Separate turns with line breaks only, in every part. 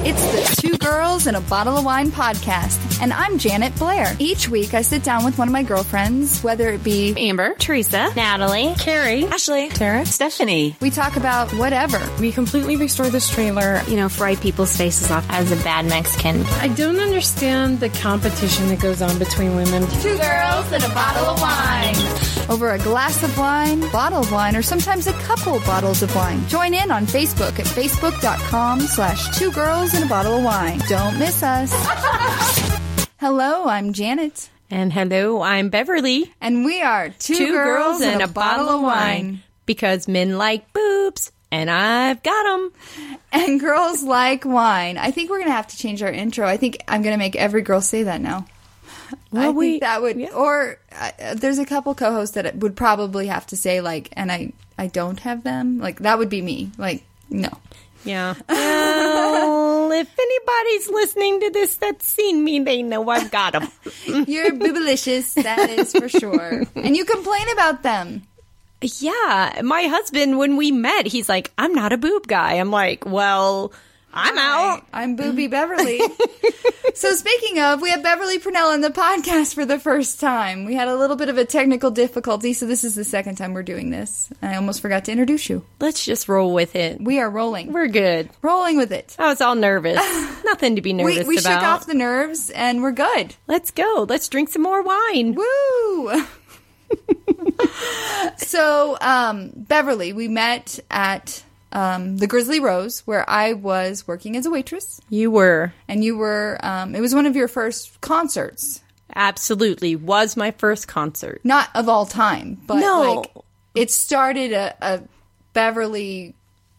It's the Two Girls and a Bottle of Wine podcast, and I'm Janet Blair. Each week, I sit down with one of my girlfriends, whether it be
Amber, Teresa, Natalie, Carrie, Ashley, Tara, Stephanie.
we talk about whatever.
We completely restored this trailer.
You know, fry people's faces off as a bad Mexican.
I don't understand the competition that goes on between women.
Two girls and a bottle of wine. Over a glass of wine, bottle of wine, or sometimes a couple bottles of wine. Join in on Facebook at facebook.com slash two girls and a bottle of wine. Don't miss us. Hello, I'm Janet.
And hello, I'm Beverly.
And we are two, girls, and a, bottle of wine.
Because men like boobs, and I've got them.
And girls like wine. I think we're going to have to change our intro. I think I'm going to make every girl say that now. I think
we-
that would,
yeah.
or uh, uh, there's a couple co-hosts that would probably have to say like, and I, I don't have them. Like that would be me. Like no,
Yeah. Well, if anybody's listening to this that's seen me, they know I've got them.
you're boobalicious. That is for sure. And you complain about them.
yeah. My husband, when we met, he's like, I'm not a boob guy. I'm like, well, I'm out.
I, am Booby Beverly. so speaking of, we have Beverly Purnell in the podcast for the first time. We had a little bit of a technical difficulty, so this is the second time we're doing this. I almost forgot to introduce you.
Let's just roll with it.
We are rolling.
We're good.
rolling with it.
I was all nervous. Nothing to
We,
be nervous
we shook
about.
off the nerves and we're good.
Let's go. Let's drink some more wine.
Woo! so, um, Beverly, we met at um, the Grizzly Rose where I was working as a waitress,
You were
and you were. Um, it was one of your first concerts,
absolutely was my first concert.
not of all time, but
No.
like it started a, a Beverly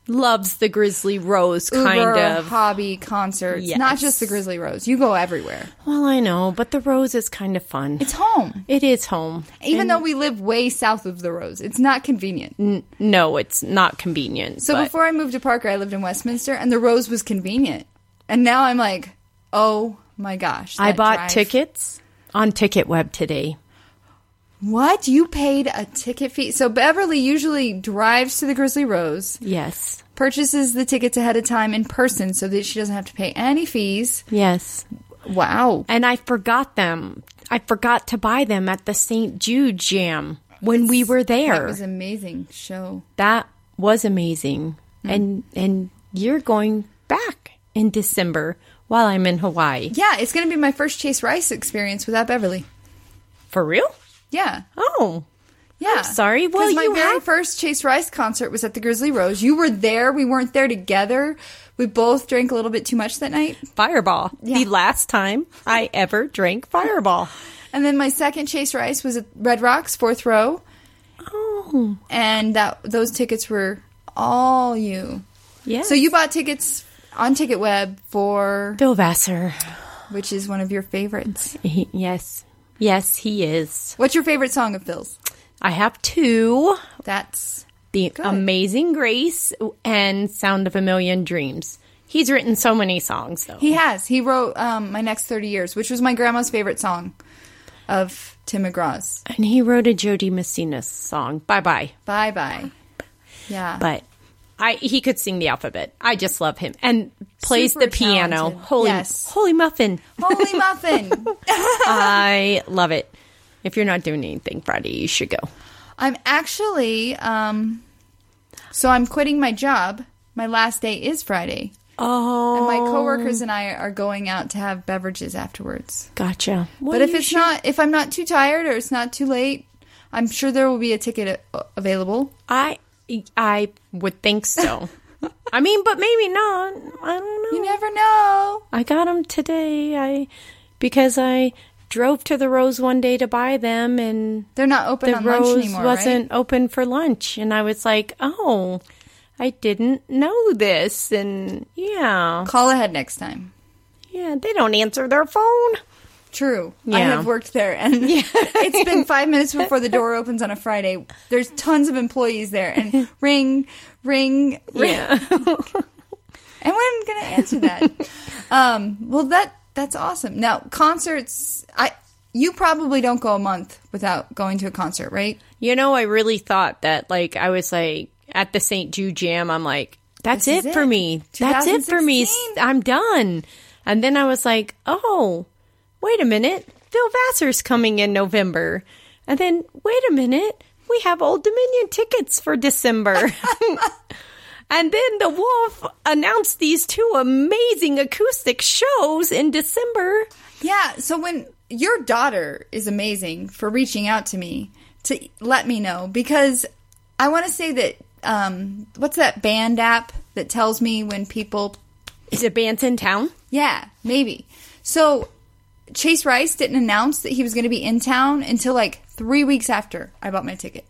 loves the Grizzly Rose, kind
Uber
of.
hobby concerts,
Yes.
not just the Grizzly Rose. You go everywhere.
Well, I know, but the Rose is kind of fun.
It's home,
It is home.
even though we live way south of the Rose. It's not convenient.
No, it's not convenient.
So
Mm, but
before I moved to Parker, I lived in Westminster, and the Rose was convenient. And now I'm like, oh my gosh!
I
that
bought
drive.
tickets on Ticket Web today.
What you paid a ticket fee? So Beverly usually drives to the Grizzly Rose,
Yes.
purchases the tickets ahead of time in person, so that she doesn't have to pay any fees.
Yes.
Wow!
And I forgot them. I forgot to buy them at the St. Jude Jam when we were
That
there.
was an amazing show.
That was amazing.
Hmm.
And and you're going back in December while I'm in Hawaii.
Yeah, it's going to be my first Chase Rice experience without Beverly.
For real?
Yeah,
Oh.
yeah.
sorry. Well,
'Cause my
you
very
have-
first Chase Rice concert was at the Grizzly Rose. You were there. We weren't there together. We both drank a little bit too much that night.
Fireball.
Yeah.
The last time I ever drank Fireball.
And then my second Chase Rice was at Red Rocks, fourth row,
Oh,
and that those tickets were all you.
yeah.
So you bought tickets on Ticket Web for
Bill Vassar.
which is one of your favorites.
He- yes. Yes, he is.
What's your favorite song of Phil's?
I have two
That's
The Amazing Grace and Sound of a Million Dreams. He's written so many songs, though.
he has. He wrote um, my next thirty years, which was my grandma's favorite song of Tim McGraw's.
and he wrote a Jody Messina song, Bye Bye.
Bye bye. Yeah.
But I he could sing the alphabet. I just love him. And plays
Super
the piano.
talented.
Holy,
Yes.
holy muffin.
Holy muffin!
I love it. If you're not doing anything Friday, you should go.
I'm actually um, so I'm quitting my job. My last day is Friday.
Oh.
And my coworkers and I are going out to have beverages afterwards.
Gotcha.
but if it's not, if I'm not too tired or it's not too late, I'm sure there will be a ticket a- available.
I I would think so. I mean, but maybe not. I don't know.
You never know.
I got them today. I because I drove to the Rose one day to buy them, and
They're not open
the
on
Rose
lunch anymore,
wasn't
right?
open for lunch, and I was like, oh. I didn't know this, and yeah,
Call ahead next time.
yeah, they don't answer their phone.
True. I
Yeah.
have worked there, and it's been five minutes before the door opens on a Friday. There's tons of employees there, and ring, ring, ring.
Yeah,
And we're gonna answer that. um, well, that that's awesome. Now concerts, I you probably don't go a month without going to a concert, right?
you know, I really thought that, like, I was like at the St. Jude Jam. I'm like, That's
This
it,
is
for
it.
me. That's it for me.
2016.
I'm done. And then I was like, oh, wait a minute. Bill Vassar's coming in November. And then, wait a minute. We have Old Dominion tickets for December. and then The Wolf announced these two amazing acoustic shows in December.
Yeah. So when your daughter is amazing for reaching out to me to let me know because I want to say that um, what's that band app that tells me when people?
Is it Bands in Town?
Yeah, maybe. So Chase Rice didn't announce that he was going to be in town until like three weeks after I bought my ticket.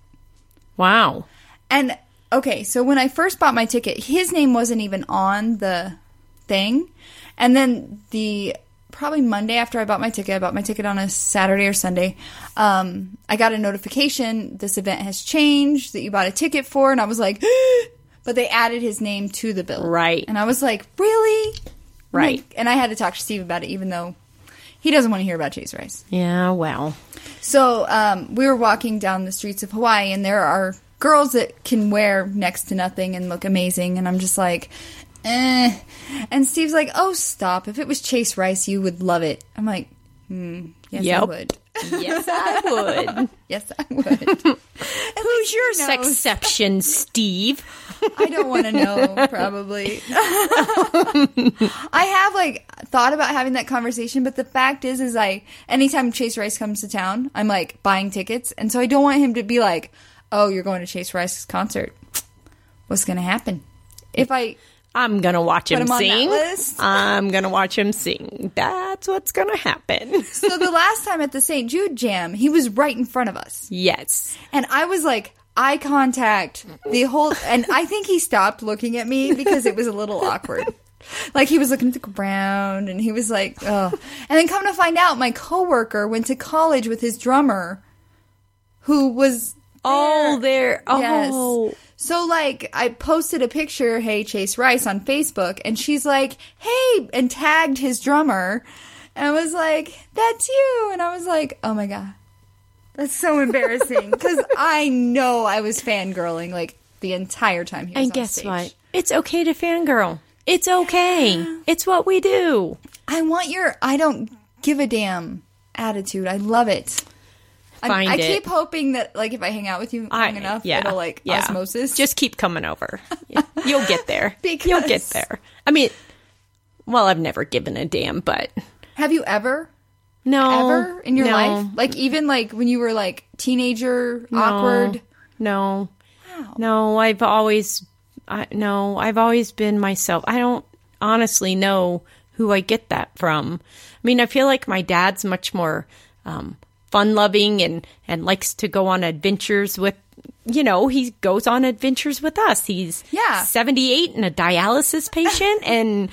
Wow.
And okay, so when I first bought my ticket, his name wasn't even on the thing. And then the probably Monday after I bought my ticket, I bought my ticket on a Saturday or Sunday. Um, I got a notification this event has changed that you bought a ticket for, and I was like, but they added his name to the bill,
Right.
And I was like, really,
Right.
And I had to talk to Steve about it, even though he doesn't want to hear about Chase Rice.
Yeah, well.
So um, we were walking down the streets of Hawaii, and there are girls that can wear next to nothing and look amazing. And I'm just like, eh. And Steve's like, oh, stop. If it was Chase Rice, you would love it. I'm like, hmm, yes, I
Yep.
would.
Yes, I would.
Yes, I would.
Who's your
knows?
sexception, Steve?
I don't want to know, probably. I have like thought about having that conversation, but the fact is, is I anytime Chase Rice comes to town, I'm like buying tickets, and so I don't want him to be like, "Oh, you're going to Chase Rice's concert. What's going to happen if I?"
I'm gonna watch him,
him on that
sing.
list.
I'm gonna watch him sing. That's what's gonna happen.
So the last time at the St. Jude Jam, he was right in front of us,
yes.
and I was like eye contact the whole, and I think he stopped looking at me because it was a little awkward. Like he was looking around, and he was like, "Oh," and then come to find out, my coworker went to college with his drummer, who was
Oh, there. Oh,
Yes. So like I posted a picture, hey Chase Rice on Facebook, and she's like, hey, and tagged his drummer. And I was like, that's you. And I was like, oh my God. That's so embarrassing. Because I know I was fangirling like the entire time he was
and
on
guess
stage.
what? It's okay to fangirl. It's okay. It's what we do.
I want your I don't give a damn attitude. I love it. I'm-
Find
I
it.
keep hoping that like if I hang out with you long
I,
enough,
yeah,
it'll like
yeah.
osmosis.
Just keep coming over. You'll get there. You'll get
Because-
there. I mean, well, I've never given a damn, but
have you ever
no,
ever in your
Oh, no,
life? Like even like when you were like teenager, awkward.
No. No, I've always I no, I've always been myself. I don't honestly know who I get that from. I mean, I feel like my dad's much more um fun-loving and and likes to go on adventures with you know, he goes on adventures with us. He's
Yeah.
78 and a dialysis patient and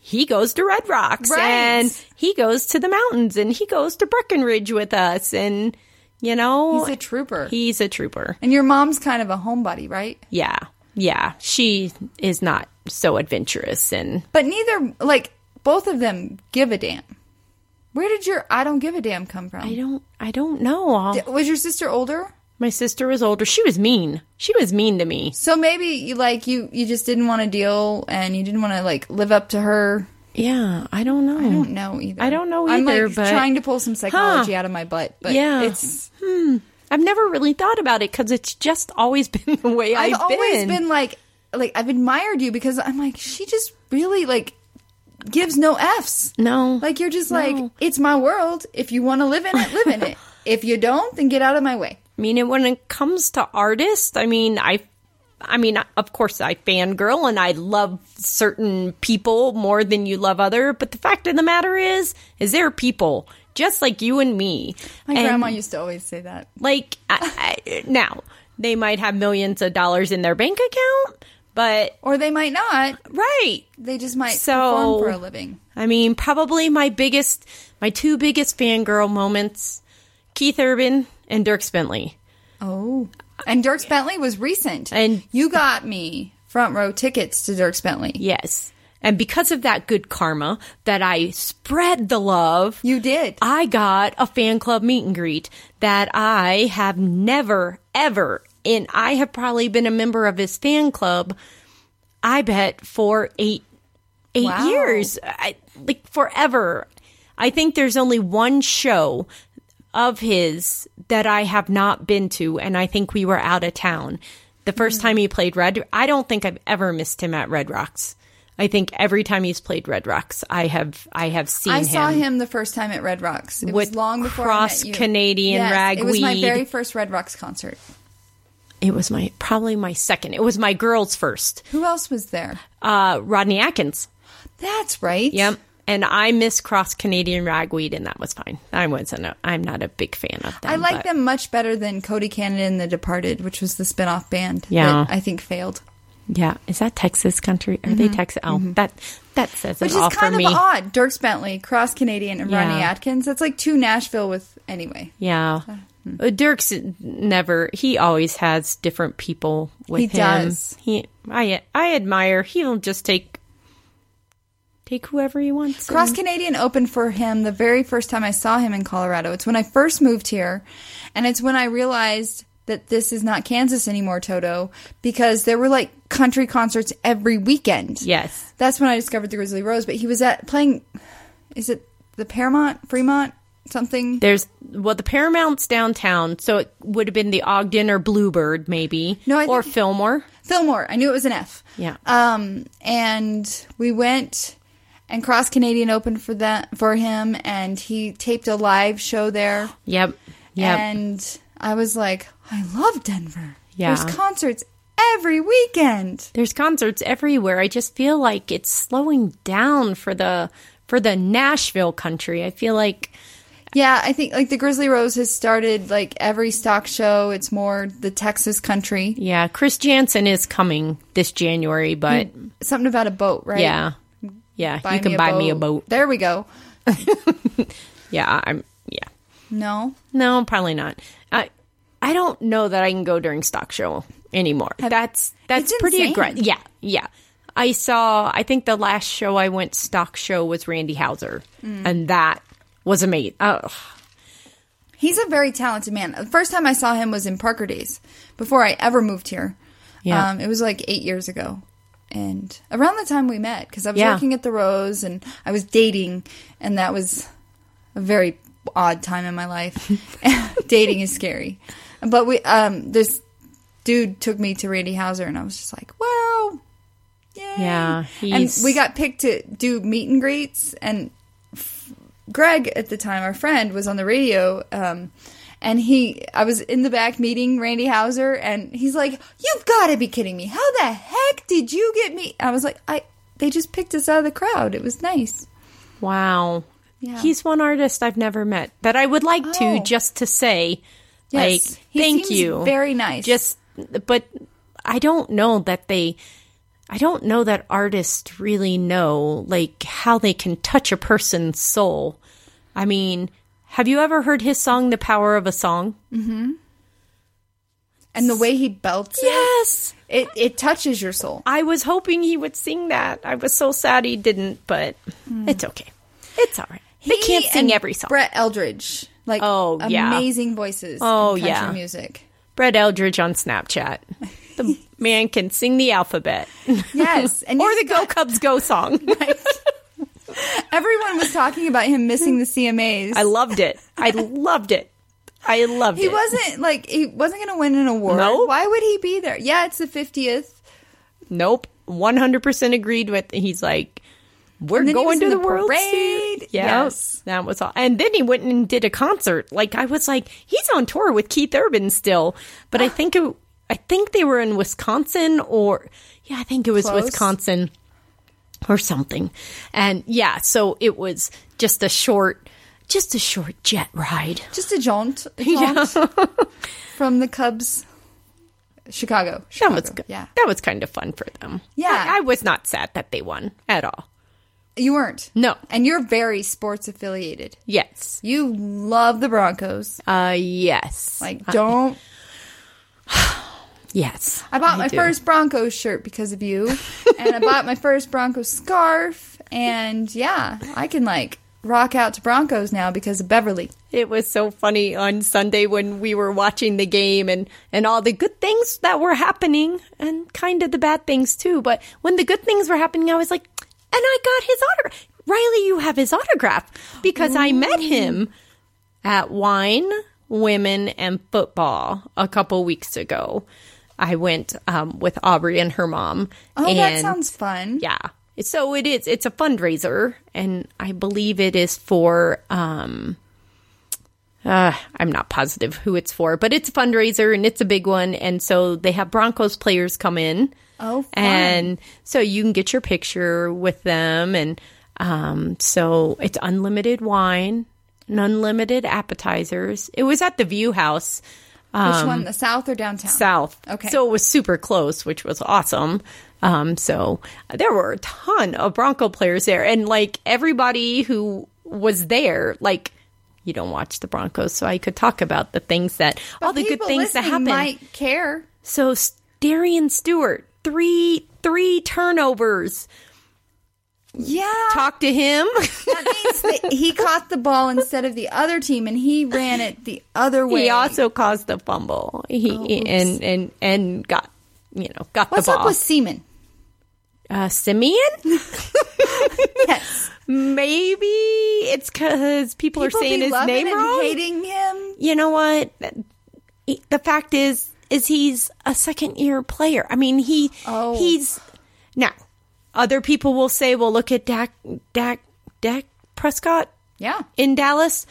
he goes to Red Rocks
Right.
and he goes to the mountains and he goes to Breckenridge with us and you know
He's a trooper.
He's a trooper.
And your mom's kind of a homebody, right?
Yeah. Yeah. She is not so adventurous and
But neither like both of them give a damn. Where did your I don't give a damn come from?
I don't I don't know. I'll-
was your sister older?
my sister was older. She was mean. She was mean to me.
So maybe you like you you just didn't want to deal and you didn't want to like live up to her.
Yeah, I don't know.
I don't know either.
I don't know
I'm
either,
like
but-
trying to pull some psychology out of my butt, but
Yeah.
it's
I've never really thought about it cuz it's just always been the way
I've,
I've,
always been like like I've admired you because I'm like she just really like gives no f's.
No.
Like you're just like it's my world. If you want to live in it, live in it. If you don't, then get out of my way.
I mean, and when it comes to artists, I mean, I, I mean, of course, I fangirl and I love certain people more than you love other. But the fact of the matter is, is they're people just like you and me.
My
And,
grandma used to always say that.
like I, I, now they might have millions of dollars in their bank account, but
Or they might not.
right,
They just might
So-
perform for a living.
I mean, probably my biggest, my two biggest fangirl moments Keith Urban and Dirk Bentley.
Oh. And Dirks Bentley was recent.
And-
you got me front row tickets to Dirks Bentley.
Yes. And because of that good karma that I spread the love,
You did.
I got a fan club meet and greet that I have never, ever, and I have probably been a member of his fan club I bet for eight eight
Wow.
years, I, like forever. I think there's only one show of his that I have not been to, and I think we were out of town. The first
Hmm.
time he played Red, I don't think I've ever missed him at Red Rocks. I think every time he's played Red Rocks, I have I have seen
I saw him the first time at Red Rocks. It was
With
long before I met you.
cross-Canadian
It was my
ragweed.
very first Red Rocks concert.
It was my probably my second. It was my girls first.
Who else was there?
Uh, Rodney Atkins.
That's right.
Yep. And I miss cross Canadian ragweed, and that was fine. I wasn't. A, I'm not a big fan of them.
I like
but-
them much better than Cody Canada and The Departed, which was the spin-off band
Yeah.
that I think failed.
Yeah, is that Texas country? Are they Texas? Oh, that that says
Mm-hmm. Which
it
is
all
kind
for
of
me.
odd. Dirks Bentley, Cross Canadian, and Ronnie
Yeah.
Atkins. That's like two Nashville with anyway.
Yeah,
Hmm.
Uh, Dirk's never. He always has different people with
He
him.
does.
He, I, I admire. He'll just take take whoever he wants.
Cross Canadian opened for him the very first time I saw him in Colorado. It's when I first moved here, and it's when I realized that this is not Kansas anymore, Toto, because there were like country concerts every weekend.
Yes.
That's when I discovered the Grizzly Rose, but he was at playing is it the Paramount, Fremont, something?
There's well, the Paramount's downtown, so it would have been the Ogden or Bluebird, maybe.
No, I
or
think-
Fillmore.
Fillmore. I knew it was an F.
Yeah.
Um, and we went and Cross Canadian opened for that for him and he taped a live show there.
Yep. Yep.
And I was like, I love Denver.
Yeah.
There's concerts every weekend.
There's concerts everywhere. I just feel like it's slowing down for the for the Nashville country. I feel like
Yeah, I think like the Grizzly Rose has started like every stock show. It's more the Texas country.
yeah, Chris Jansen is coming this January, but
Something about a boat, right?
yeah. Yeah, you can buy me a boat.
There we go.
Yeah, I'm yeah.
No.
No, probably not. I I don't know that I can go during stock show anymore. that's that's
It's
pretty
insane.
aggressive. Yeah, yeah. I saw. I think the last show I went stock show was Randy Hauser,
Mm.
and that was amazing. Oh,
He's a very talented man. The first time I saw him was in Parker Days before I ever moved here.
Yeah.
Um, it was like eight years ago. And around the time we met, because I was
Yeah.
working at the Rose and I was dating, and that was a very odd time in my life. dating is scary. But we, um, this dude took me to Randy Hauser, and I was just like, wow. Yay.
Yeah,
And
he's-
we got picked to do meet and greets, and Greg at the time, our friend, was on the radio, um, and he, I was in the back meeting Randy Hauser, and he's like, "You've got to be kidding me! How the heck did you get me?" I was like, "I." They just picked us out of the crowd. It was nice.
wow.
Yeah.
He's one artist I've never met that I would like
Oh.
to just to say,
Yes.
like,
He
thank
seems
you.
Very nice.
just but i don't know that they i don't know that artists really know like how they can touch a person's soul i mean have you ever heard his song the power of a song
and the way he belts
yes
it, it, it touches your soul.
i was hoping he would sing that i was so sad he didn't but it's okay it's all right they
Hmm. He
can't sing
and
every song
Brett Eldridge, like
Oh, yeah.
amazing voices.
Oh,
in country
yeah.
music.
brett eldridge on snapchat the man can sing the alphabet
Yes, and
or
he's
the go cubs go song
Everyone was talking about him missing the CMAs.
I loved it. I loved it. I loved
he
it.
wasn't like he wasn't going to win an award.
No?
why would he be there? Yeah, it's the fiftieth.
Nope. 100% agreed with. He's like, we're
then he was
going to
in
the,
the
World
parade.
Series. Yep.
Yes.
That was all. And then he went and did a concert. Like, I was like, he's on tour with Keith Urban still. But I think it, I think they were in Wisconsin or, yeah, I think it was
Close.
Wisconsin or something. And yeah, so it was just a short, just a short jet ride.
Just a jaunt, a jaunt from the Cubs, Chicago.
That
Chicago.
was good.
Yeah,
That was kind of fun for them.
Yeah.
I, I was not sad that they won at all.
you weren't.
No.
and you're very sports affiliated.
Yes.
You love the Broncos.
Uh yes.
Like, don't.
yes.
I bought my
do.
first Broncos shirt because of you, and I bought my first Broncos scarf, and yeah, I can like rock out to Broncos now because of Beverly.
It was so funny on Sunday when we were watching the game and, and all the good things that were happening and kind of the bad things too. But when the good things were happening, I was like, and I got his autograph. Riley, you have his autograph because I met him at Wine, Women, and Football a couple weeks ago. I went um, with Aubrey and her mom.
Oh, that
and-
sounds fun.
yeah. So it is. It's a fundraiser, and I believe it is for. Um, uh, I'm not positive who it's for, but it's a fundraiser and it's a big one. And so they have Broncos players come in.
Oh, fun.
And so you can get your picture with them. And um, so it's unlimited wine and unlimited appetizers. It was at the View House
Which one, the South or downtown?
um, south.
Okay.
So it was super close, which was awesome. Um, so there were a ton of Bronco players there, and like everybody who was there, like you don't watch the Broncos, so I could talk about the things that all the good
People
things that
listening
happened.
Might care.
So S- Darian Stewart, three three turnovers.
Yeah.
Talk to him.
that means that he caught the ball instead of the other team and he ran it the other way.
he also caused the fumble. He and and and got you know got
Oh, What's
the ball.
up with Seaman?
uh, Simeon.
Yes.
Maybe it's because people, are
People
saying
be
his
loving
name
and
wrong.
hating him.
you know what? He- The fact is, is he's a second year player. I mean, he
Oh.
he's now. Other people will say, "Well, look at Dak Dak Dak Prescott
Yeah.
in Dallas,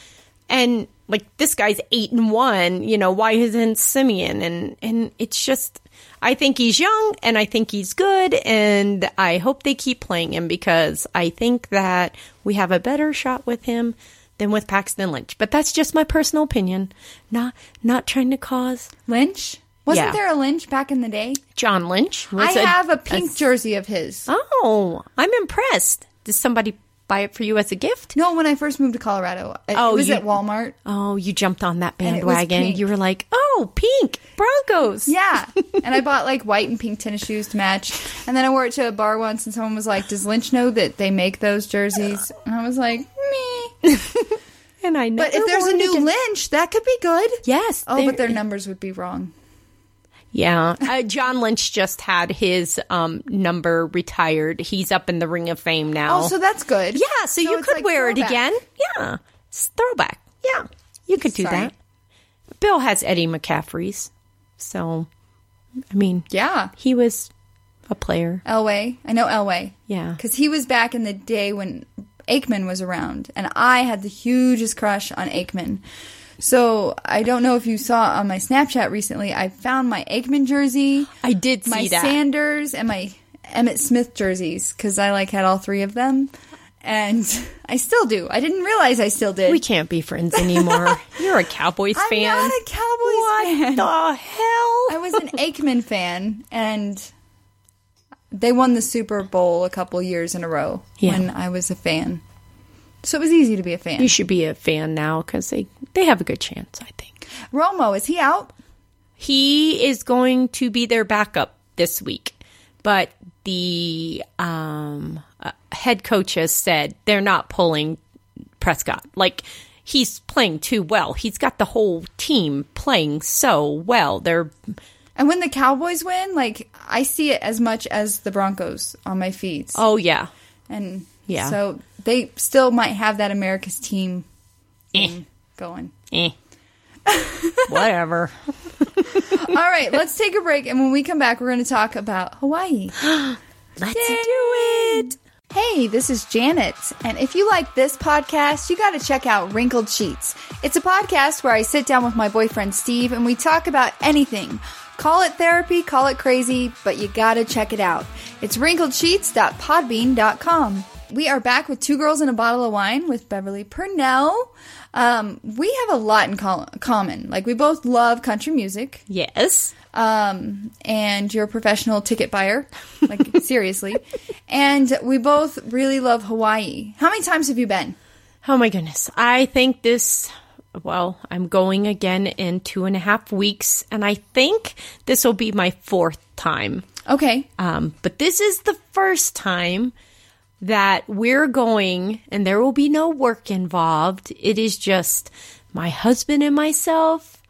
and like this guy's eight and one. You know why isn't Simeon? And and it's just, I think he's young, and I think he's good, and I hope they keep playing him because I think that we have a better shot with him than with Paxton Lynch. But that's just my personal opinion. Not not trying to cause
Lynch? Wasn't
Yeah.
there a Lynch back in the day?
John Lynch. was
I have a pink jersey of his.
oh, I'm impressed. Did somebody buy it for you as a gift?
No, when I first moved to Colorado, it
Oh,
was
you-
at Walmart.
Oh, you jumped on that
And it was
bandwagon.
pink.
You were like, oh, pink Broncos.
Yeah. and I bought like white and pink tennis shoes to match. And then I wore it to a bar once and someone was like, Does Lynch know that they make those jerseys? And I was like, Me.
And I
But if there's a new Lynch, that could be good.
Yes.
Oh, but
there-
their numbers would be wrong.
Yeah. Uh, John Lynch just had his um, number retired. He's up in the Ring of Fame now.
Oh, so that's good.
yeah, so, you
it's
could
like
wear
throwback.
it again. Yeah. It's throwback. Yeah. You could do
Sorry.
that. Bill has Eddie McCaffrey's. So, I mean,
Yeah.
he was a player.
Elway. I know Elway.
Yeah.
Because he was back in the day when Aikman was around, and I had the hugest crush on Aikman. So I don't know if you saw on my Snapchat recently, I found my Aikman jersey,
I did see
my
that.
Sanders, and my Emmett Smith jerseys because I like had all three of them, and I still do. I didn't realize I still did.
we can't be friends anymore. You're a Cowboys
I'm
fan.
not a Cowboys fan.
what the hell?
I was an Aikman fan, and they won the Super Bowl a couple years in a row
Yeah.
when I was a fan. So it was easy to be a fan.
You should be a fan now because they, they have a good chance, I think.
Romo, is he out?
He is going to be their backup this week, but the um, uh, head coach has said they're not pulling Prescott. Like he's playing too well. He's got the whole team playing so well. They're
And when the Cowboys win, like I see it as much as the Broncos on my feeds.
oh yeah,
And
Yeah.
so they still might have that America's team
eh,
going.
eh. whatever.
All right, let's take a break and when we come back we're going to talk about Hawaii.
Let's do it.
Hey, this is Janet, and if you like this podcast, you got to check out Wrinkled Sheets. It's a podcast where I sit down with my boyfriend Steve and we talk about anything. Call it therapy, call it crazy, but you got to check it out. It's wrinkledsheets.podbean.com. We are back with Two Girls and a Bottle of Wine with Beverly Purnell. Um, we have a lot in col- common. Like, we both love country music
Yes.
um, and you're a professional ticket buyer, like seriously. And we both really love Hawaii. How many times have you been?
Oh my goodness. I think this, well, I'm going again in two and a half weeks, and I think this will be my fourth time.
Okay,
Um, but this is the first time that we're going and there will be no work involved. It is just my husband and myself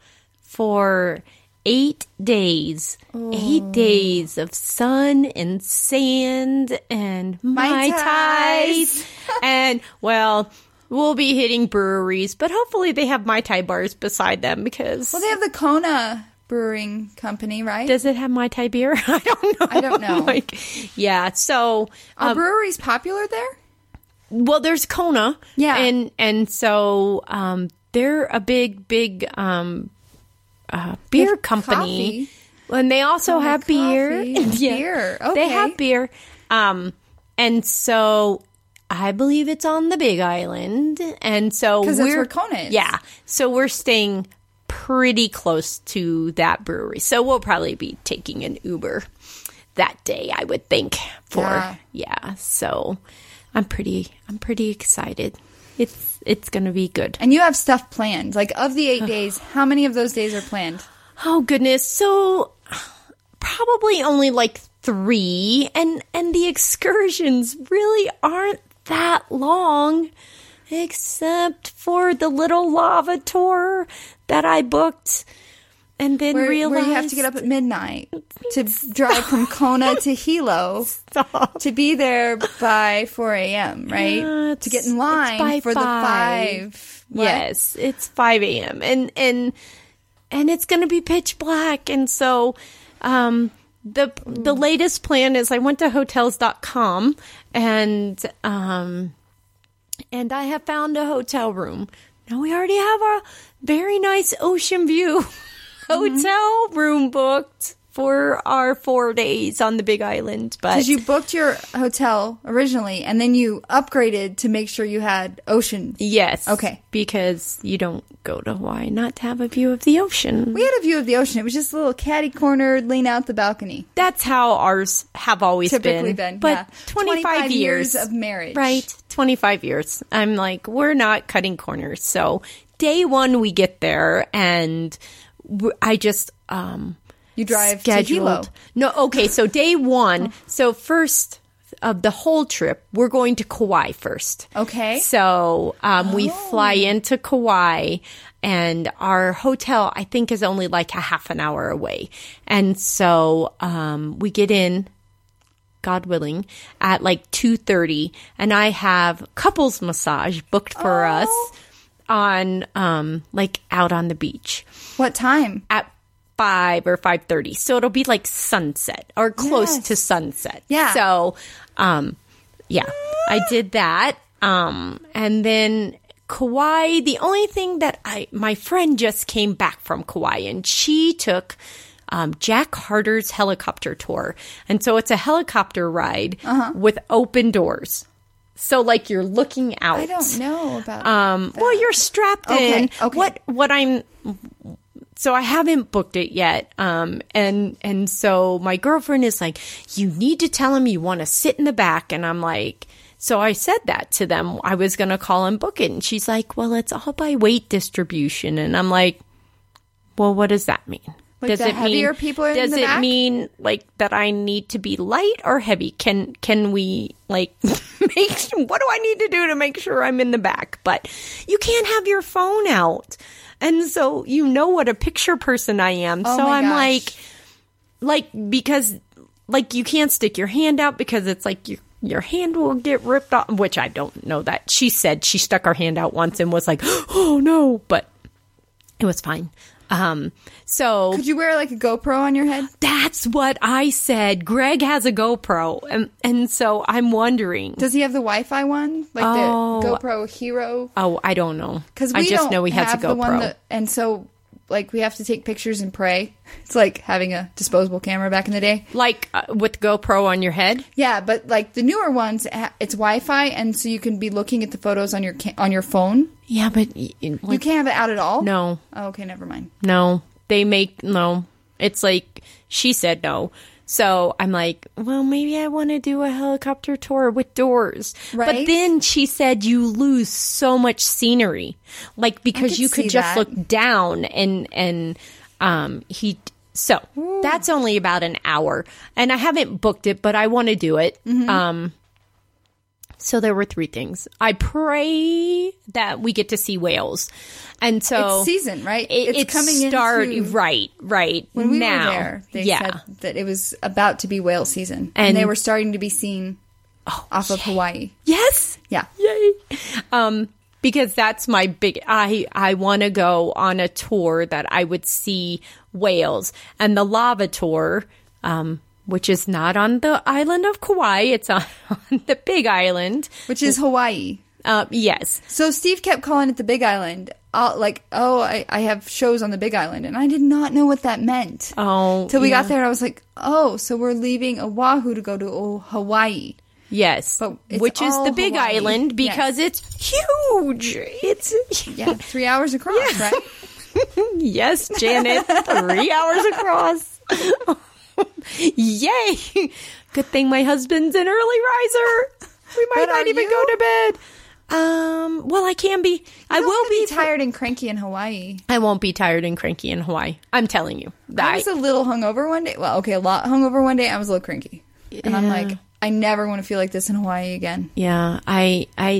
for eight days.
Oh.
Eight days of sun and sand and Mai Tais. and, well, we'll be hitting breweries, but hopefully they have Mai Tai bars beside them because.
Well, they have the Kona Brewing Company, right?
does it have Mai Tai beer? I don't know.
I don't know.
like, yeah. So,
Are breweries popular there?
well there's kona
Yeah.
and and so um they're a big big um uh beer
have
company
coffee.
and they also
Kona
have beer
coffee and beer.
they
Okay.
have beer um and so i believe it's on the big island and so
'Cause
we're
that's where Kona is.
yeah so we're staying pretty close to that brewery so we'll probably be taking an uber that day i would think for
Yeah.
yeah so i'm pretty i'm pretty excited it's it's gonna be good
And you have stuff planned. Like of the eight days, how many of those days are planned?
oh goodness so probably only like three and and the excursions really aren't that long except for the little lava tour that i booked and then
Where,
realized
where you have to get up at midnight to drive from Kona to Hilo to be there by 4 a.m., right?
Yeah,
to get
it's-
in
it's by
line for
five.
the five. What?
Yes, it's five a.m. and and and it's going to be pitch black, and so um, the the latest plan is I went to hotels.com and um, and I have found a hotel room. Now we already have our very nice ocean view
Mm-hmm.
hotel room booked for our four days on the Big Island, but
Because you booked your hotel originally and then you upgraded to make sure you had ocean.
Yes.
Okay.
Because you don't go to Hawaii not to have a view of the ocean.
We had a view of the ocean. It was just a little catty cornered, lean out the balcony.
That's how ours have always
Typically been,
been. But
yeah.
25,
25
years,
years of marriage.
Right. 25 years. I'm like, we're not cutting corners. So day one, we get there and w- I just, um,
You drive to Hilo.
scheduled. No, okay. So day one. so first of the whole trip, we're going to Kauai first.
Okay.
So um, we fly into Kauai, and our hotel, I think, is only like a half an hour away. And so um, we get in, God willing, at like two thirty, and I have couples massage booked for us on um, like out on the beach
What time?
at five or five thirty. So it'll be like sunset or close to sunset.
Yeah.
So um yeah. I did that. Um and then Kauai, the only thing that I my friend just came back from Kauai and she took um, Jack Harder's helicopter tour. And so it's a helicopter ride
Uh-huh.
with open doors. So like you're looking out.
I don't know about
Um, well, you're strapped
Okay,
in.
okay.
What what I'm so I haven't booked it yet. Um, and and so my girlfriend is like, you need to tell him you want to sit in the back, and I'm like. So I said that to them. I was going to call and book it. And she's like, well, it's all by weight distribution. And I'm like, well, what does that mean?
Like
does
the heavier people are in
does
the
it
back?
mean like that I need to be light or heavy? Can can we like make what do I need to do to make sure I'm in the back? But you can't have your phone out. And so you know what a picture person I am. so
Oh my
I'm
gosh.
like like because like you can't stick your hand out because it's like your your hand will get ripped off which I don't know that. She said she stuck her hand out once and was like, "Oh no." But it was fine. Um so
Could you wear like a GoPro on your head?
that's what I said. Greg has a GoPro, and, and so I'm wondering.
Does he have the Wi-Fi one, like
Oh.
the GoPro Hero?
oh, I don't know.
Because
I just know he has a
have the one
GoPro.
that, and so like we have to take pictures and pray. It's like having a disposable camera back in the day.
like uh, with GoPro on your head.
Yeah, but like the newer ones, it ha- it's Wi-Fi, and so you can be looking at the photos on your ca- on your phone.
Yeah, but
You can't have it out at all.
no,
Oh, okay, never mind.
no, they make no. It's like she said no. So I'm like, well, maybe I want to do a helicopter tour with doors. But
Right?
then she said you lose so much scenery, like because
could
you could
see
just
that.
look down and and um he so that's only
Mm-hmm.
about an hour and i haven't booked it but i want to do it um So there were three things. I pray that we get to see whales, and so
It's season, right?
Oh. It,
It's
it's
coming
coming start
into-
right, right
When we
now.
were there, they
yeah,
said that it was about to be whale season, and,
And- Oh,
they were starting to be seen off of Hawaii.
yes,
Yeah,
Yay. Um, because that's my big I I want to go on a tour that I would see whales and the lava tour um which is not on the island of Kauai, it's on, on the big island.
which is Hawaii.
Um, yes.
So Steve kept calling it the Big Island, uh, like, "Oh, I, I have shows on the Big Island," and I did not know what that meant.
Oh,
till we
yeah.
got there, and I was like, "Oh, so we're leaving Oahu to go to oh, Hawaii."
Yes.
But it's
which is
all
the big
Hawaii.
island because it's huge. It's
Yeah, three hours across, right?
Yes, Janet, three hours across. Yay! Good thing my husband's an early riser. We might
But are
not even
you?
go to bed. Um, well, I can be. I will
be
be.
tired and cranky in Hawaii.
I won't be tired and cranky in Hawaii. I'm telling you.
I
That
was a little hungover one day. Well, okay, a lot hungover one day. I was a little cranky, and I'm
Yeah.
like, I never want to feel like this in Hawaii again.
yeah, I, I,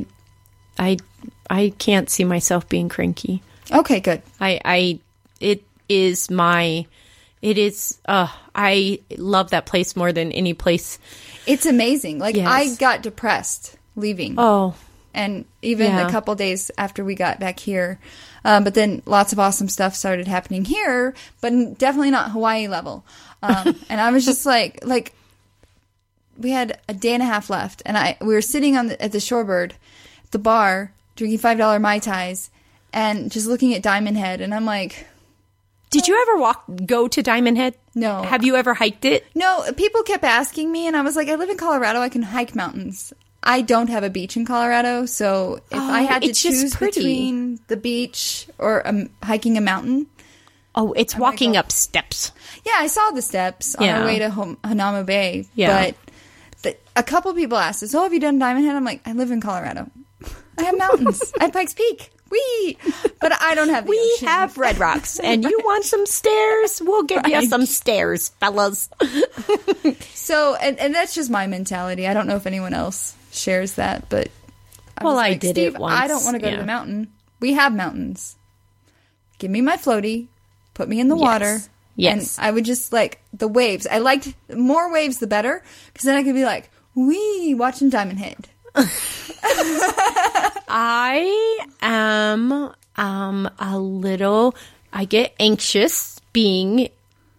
I, I can't see myself being cranky.
Okay, good.
I, I, it is my, it is. Uh, I love that place more than any place.
It's amazing. Like I
Yes.
got depressed leaving,
Oh,
and even
Yeah.
a couple days after we got back here. Um, but then lots of awesome stuff started happening here, but n- definitely not Hawaii level. Um, and I was just like, like we had a day and a half left, and I we were sitting on the, at the Shorebird, the bar, drinking five dollar mai tais, and just looking at Diamond Head, and I'm like.
Did you ever walk go to Diamond Head?
No.
Have you ever hiked it?
No, people kept asking me, and I was like, I live in Colorado. I can hike mountains. I don't have a beach in Colorado, so if I had to
Oh, it's just
choose
pretty.
between the beach or um, hiking a mountain,
Oh, it's walking
God.
up steps.
yeah, I saw the steps on
Yeah.
our way to Hom- Hanama Bay.
Yeah.
But th- a couple people asked us, "Oh, have you done Diamond Head?" I'm like, "I live in Colorado. I have mountains. I have Pikes Peak. We, but I don't have. The
We
ocean.
have Red Rocks, and you want some stairs? We'll give you some stairs, fellas.
so, and, and that's just my mentality. I don't know if anyone else shares that, but I
Well,
was
I
like,
did
"Steve,
it once.
I don't want to go to
Yeah.
the mountain. We have mountains. Give me my floaty. Put me in the water.
Yes.
And I would just like the waves. I liked more waves the better because then I could be like, we watching Diamond Head.
I am um a little I get anxious being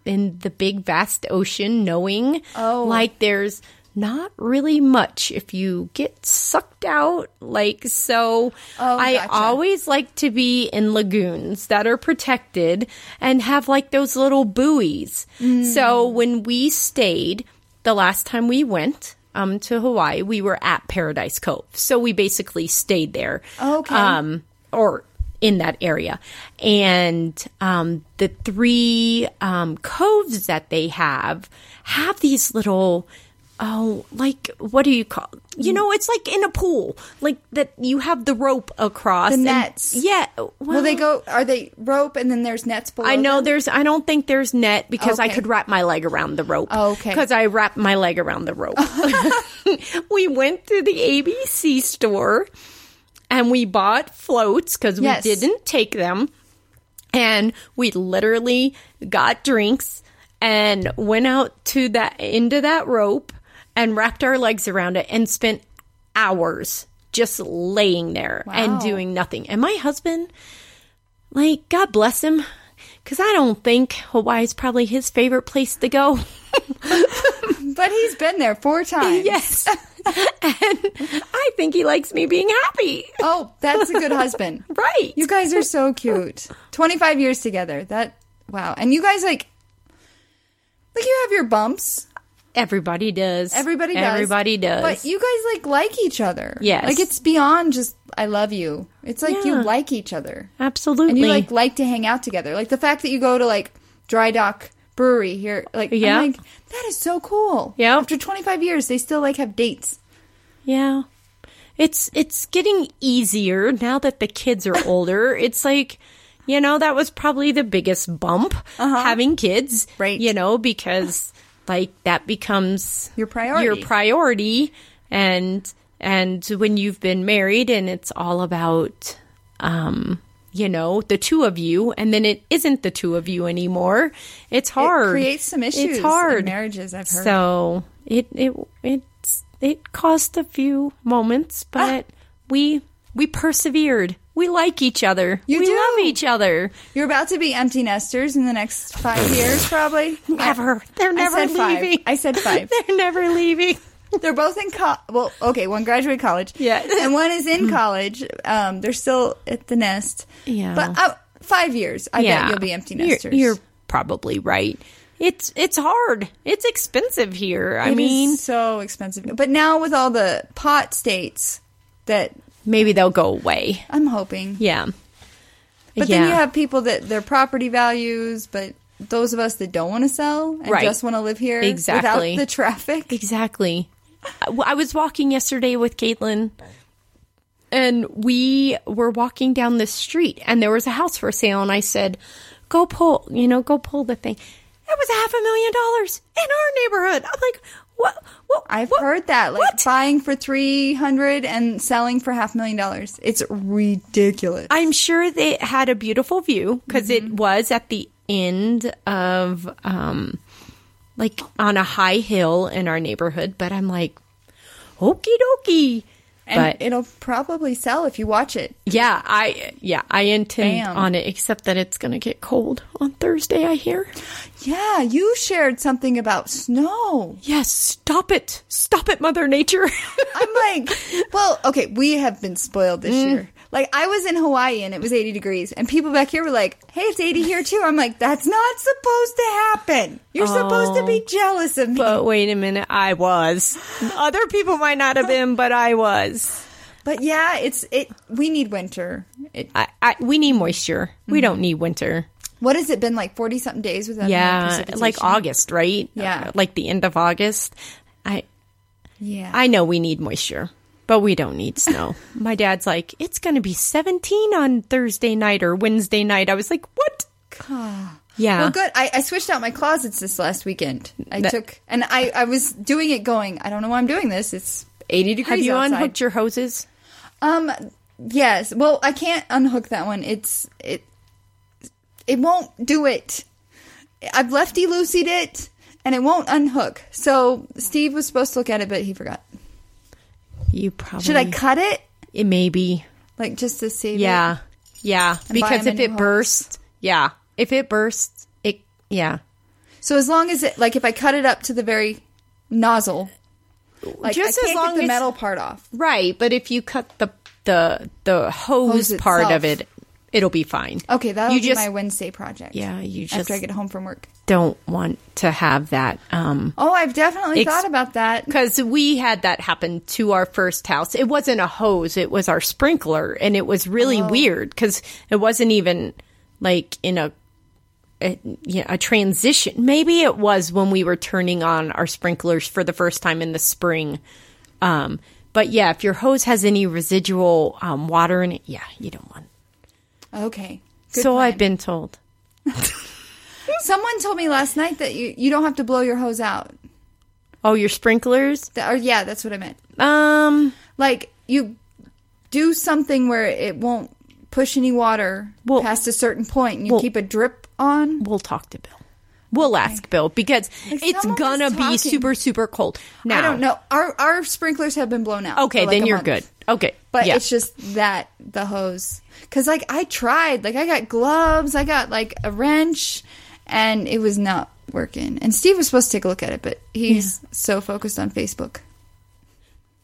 in the big vast ocean knowing
Oh.
like there's not really much if you get sucked out like so
Oh,
I
gotcha.
always like to be in lagoons that are protected and have like those little buoys.
Mm.
So when we stayed the last time we went um, to Hawaii, we were at Paradise Cove. So we basically stayed there.
Okay.
Um, or in that area. And um, the three um, coves that they have have these little. Oh, like what do you call? You know, it's like in a pool, like that. You have the rope across
The
and-
nets.
yeah.
Well, they go, are they rope and then there's nets below?
I know
them?
there's. I don't think there's net because I
Okay. Oh,
could wrap my leg around the rope.
Okay.
Because I wrapped my leg around the rope. we went to the ABC store, and we bought floats because
Yes.
we didn't take them, and we literally got drinks and went out to that into that rope and wrapped our legs around it and spent hours just laying there
Wow.
and doing nothing. And my husband like god bless him because i don't think hawaii's probably his favorite place to go
But he's been there four times.
yes and i think he likes me being happy
Oh, that's a good husband.
right
You guys are so cute. 25 years together. That wow. And you guys like like you have your bumps.
everybody does
Everybody does.
everybody does
But you guys like like each other.
Yes.
Like it's beyond just I love you. It's like you
Yeah.
like each other.
absolutely
And you like like to hang out together. Like the fact that you go to like Dry Dock Brewery here like I'm
Yeah.
like that is so cool.
Yeah.
After 25 years they still like have dates.
yeah it's it's getting easier now that the kids are older it's like you know that was probably the biggest bump having kids
Uh-huh. Right.
you know because like that becomes
Your priority.
your priority and And when you've been married and it's all about, um, you know, the two of you, and then it isn't the two of you anymore. It's hard.
creates some issues
It's
in
hard.
marriages, I've heard.
So it it it's it caused a few moments,
Ah.
but we we persevered. We like each other.
You
we
do.
love each other.
You're about to be empty nesters in the next five years, probably.
Never. They're never
I said
leaving.
Five. I said five.
They're never leaving.
They're both in co Well, okay, one graduated college.
Yeah.
and one is in college. Um, they're still at the nest.
Yeah.
but uh, five years. I
yeah,
bet you'll be empty
You're-
nesters.
You're, probably right. It's it's hard. It's expensive here. I
It is
mean,
so expensive. But now with all the pot states, that
maybe they'll go away.
I'm hoping.
Yeah.
But
yeah.
then you have people that their property values, but those of us that don't want to sell and
Right.
just want to live here
Exactly.
without the traffic.
Exactly. I I was walking yesterday with Caitlin, and we were walking down this street, and there was a house for sale, and I said, "Go pull, you know, go pull the thing." It was a half a million dollars in our neighborhood. I'm like, "What? What?"
I've
what-
heard that like
what?
buying for 300 and selling for half a million dollars. It's ridiculous.
I'm sure they had a beautiful view because
Mm-hmm.
it was at the end of um like on a high hill in our neighborhood, but I'm like, "Okie dokie."
and
But
it'll probably sell if you watch it.
Yeah, I yeah, I intend
Bam.
on it except that it's going to get cold on Thursday, I hear.
Yeah, you shared something about snow.
Yes, stop it. Stop it, mother nature.
I'm like, well, okay, we have been spoiled this
Mm.
year. Like I was in Hawaii and it was 80 degrees and people back here were like, "Hey, it's 80 here too." I'm like, "That's not supposed to happen. You're supposed to be jealous of me."
Oh. but wait a minute, I was. Other people might not have been, but I was.
But yeah, it's it we need winter. It,
I, I we need moisture.
Mm-hmm.
We don't need winter.
what has it been like 40 something days without any
Yeah,
precipitation?
like August, right?
Yeah.
Uh, like the end of August. I
Yeah.
I know we need moisture, but we don't need snow. My dad's like, "It's going to be 17 on Thursday night or Wednesday night." I was like, "What?" Yeah.
Well, good. I, I switched out my closets this last weekend. I
That-
took and I I was doing it going. I don't know why I'm doing this. It's 80 degrees.
Have you
outside.
unhooked your hoses?
Um. Yes. Well, I can't unhook that one. It's it. It won't do it. I've lefty loosied it, and it won't unhook. So Steve was supposed to look at it, but he forgot.
You probably
Should I cut it,
It maybe.
like just to see?
Mm. Yeah. Yeah.
buy
Because
'em a
if
new
it
hose.
bursts, yeah. If it bursts, it yeah.
So as long as it, like, if I cut it up to the very nozzle, like
Just
I
as
can't
long
get the
as-
metal part off.
Right, but if you cut the the the hose,
Hose
part of
itself.
it, it'll be fine.
Okay, that'll
you
be
just
my Wednesday project.
yeah, you
After
just
I get home from work.
don't want to have that um
Oh, I've definitely
Ex-
thought about that.
because we had that happen to our first house. It wasn't a hose, it was our sprinkler. And it was
Oh.
really weird because it wasn't even like in a, a, yeah, a transition. Maybe it was when we were turning on our sprinklers for the first time in the spring. Um, but yeah, if your hose has any residual um, water in it, yeah, you don't want.
Okay. Good
so
plan.
I've been told.
Someone told me last night that you you don't have to blow your hose out.
Oh, your sprinklers?
That, or yeah, that's what I meant.
Um,
Like you do something where it won't push any water
Well-
past a certain point, and you
well-
keep a drip on.
we'll talk to Bill. We'll ask Bill because it's
someone was
gonna
talking.
be super super cold. Now
I don't know. Our our sprinklers have been blown out.
Okay,
for, like,
then
a
you're
month.
good. Okay,
But
yeah.
it's just that the hose, because like I tried, like I got gloves, I got like a wrench, and it was not working. And Steve was supposed to take a look at it, but he's so focused on Facebook.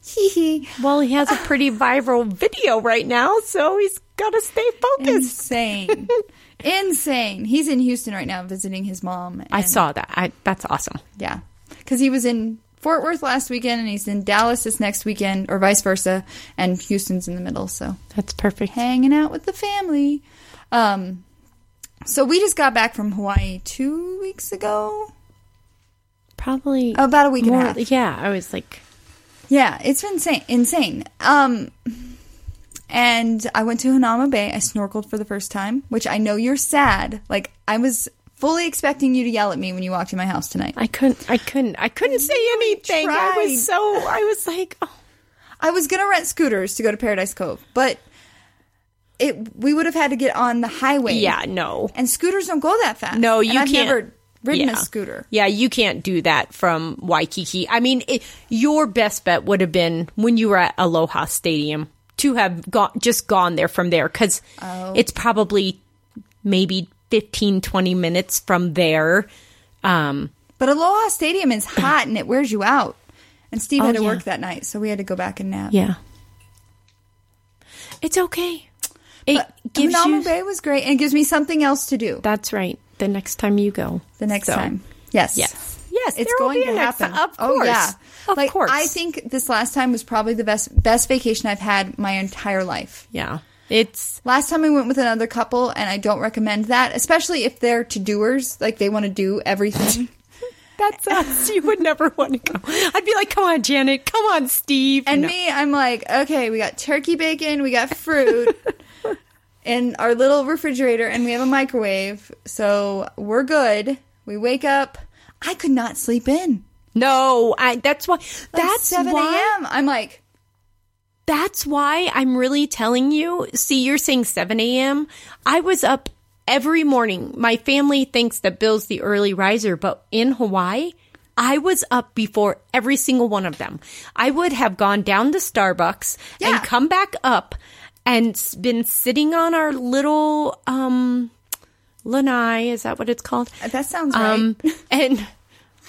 Hee hee.
well, he has a pretty viral video right now, so he's gotta stay focused.
insane insane he's in houston right now visiting his mom
I
and-
saw that. I, that's awesome.
yeah because he was in fort worth last weekend and he's in dallas this next weekend or vice versa and houston's in the middle so
That's perfect.
hanging out with the family um so we just got back from hawaii two weeks ago
Probably
Oh, About a week and a half.
Yeah, I was like,
yeah it's been insane insane um and i went to hanama bay i snorkeled for the first time which i know you're sad like i was fully expecting you to yell at me when you walked in my house tonight
I couldn't, I couldn't, I couldn't say anything. I
tried.
was so, I was like, oh,
I was gonna rent scooters to go to Paradise Cove, but it we would have had to get on the highway.
Yeah, no.
and scooters don't go that fast.
No,
And
you
I've
can't.
never ridden
Yeah.
a scooter.
Yeah, you can't do that from Waikiki. I mean, it, your best bet would have been when you were at Aloha Stadium to have gone just gone there from there because
Oh.
it's probably maybe 15, 20 minutes from there. Um,
But Aloha Stadium is hot and it wears you out. And Steve
Oh,
had to
yeah.
work that night, so we had to go back and nap.
yeah, it's okay. It gives
Manoa
you.
Bay was great and it gives me something else to do
That's right. The next time you go,
the next
So,
time. Yes.
Yes. Yes,
It's
there will
going
be a
to
next
happen.
time. Of
Oh,
course.
yeah.
Of
like,
course.
I think this last time was probably the best best vacation I've had my entire life.
Yeah, it's
Last time I went with another couple, and I don't recommend that, especially if they're to doers, like they want to do everything.
that's us. you would never want to go. I'd be like, come on, Janet, come on, Steve,
And
No.
me, I'm like, okay, we got turkey bacon, we got fruit in our little refrigerator, and we have a microwave. So we're good. We wake up. I could not sleep in.
No, I, that's why.
Like,
That's
7
why.
a.m. I'm like,
That's why I'm really telling you. See, you're saying 7 a.m. I was up every morning. My family thinks that Bill's the early riser, but in Hawaii, I was up before every single one of them. I would have gone down to Starbucks
Yeah.
and come back up and s- been sitting on our little um lanai is that what it's called
that sounds right.
um and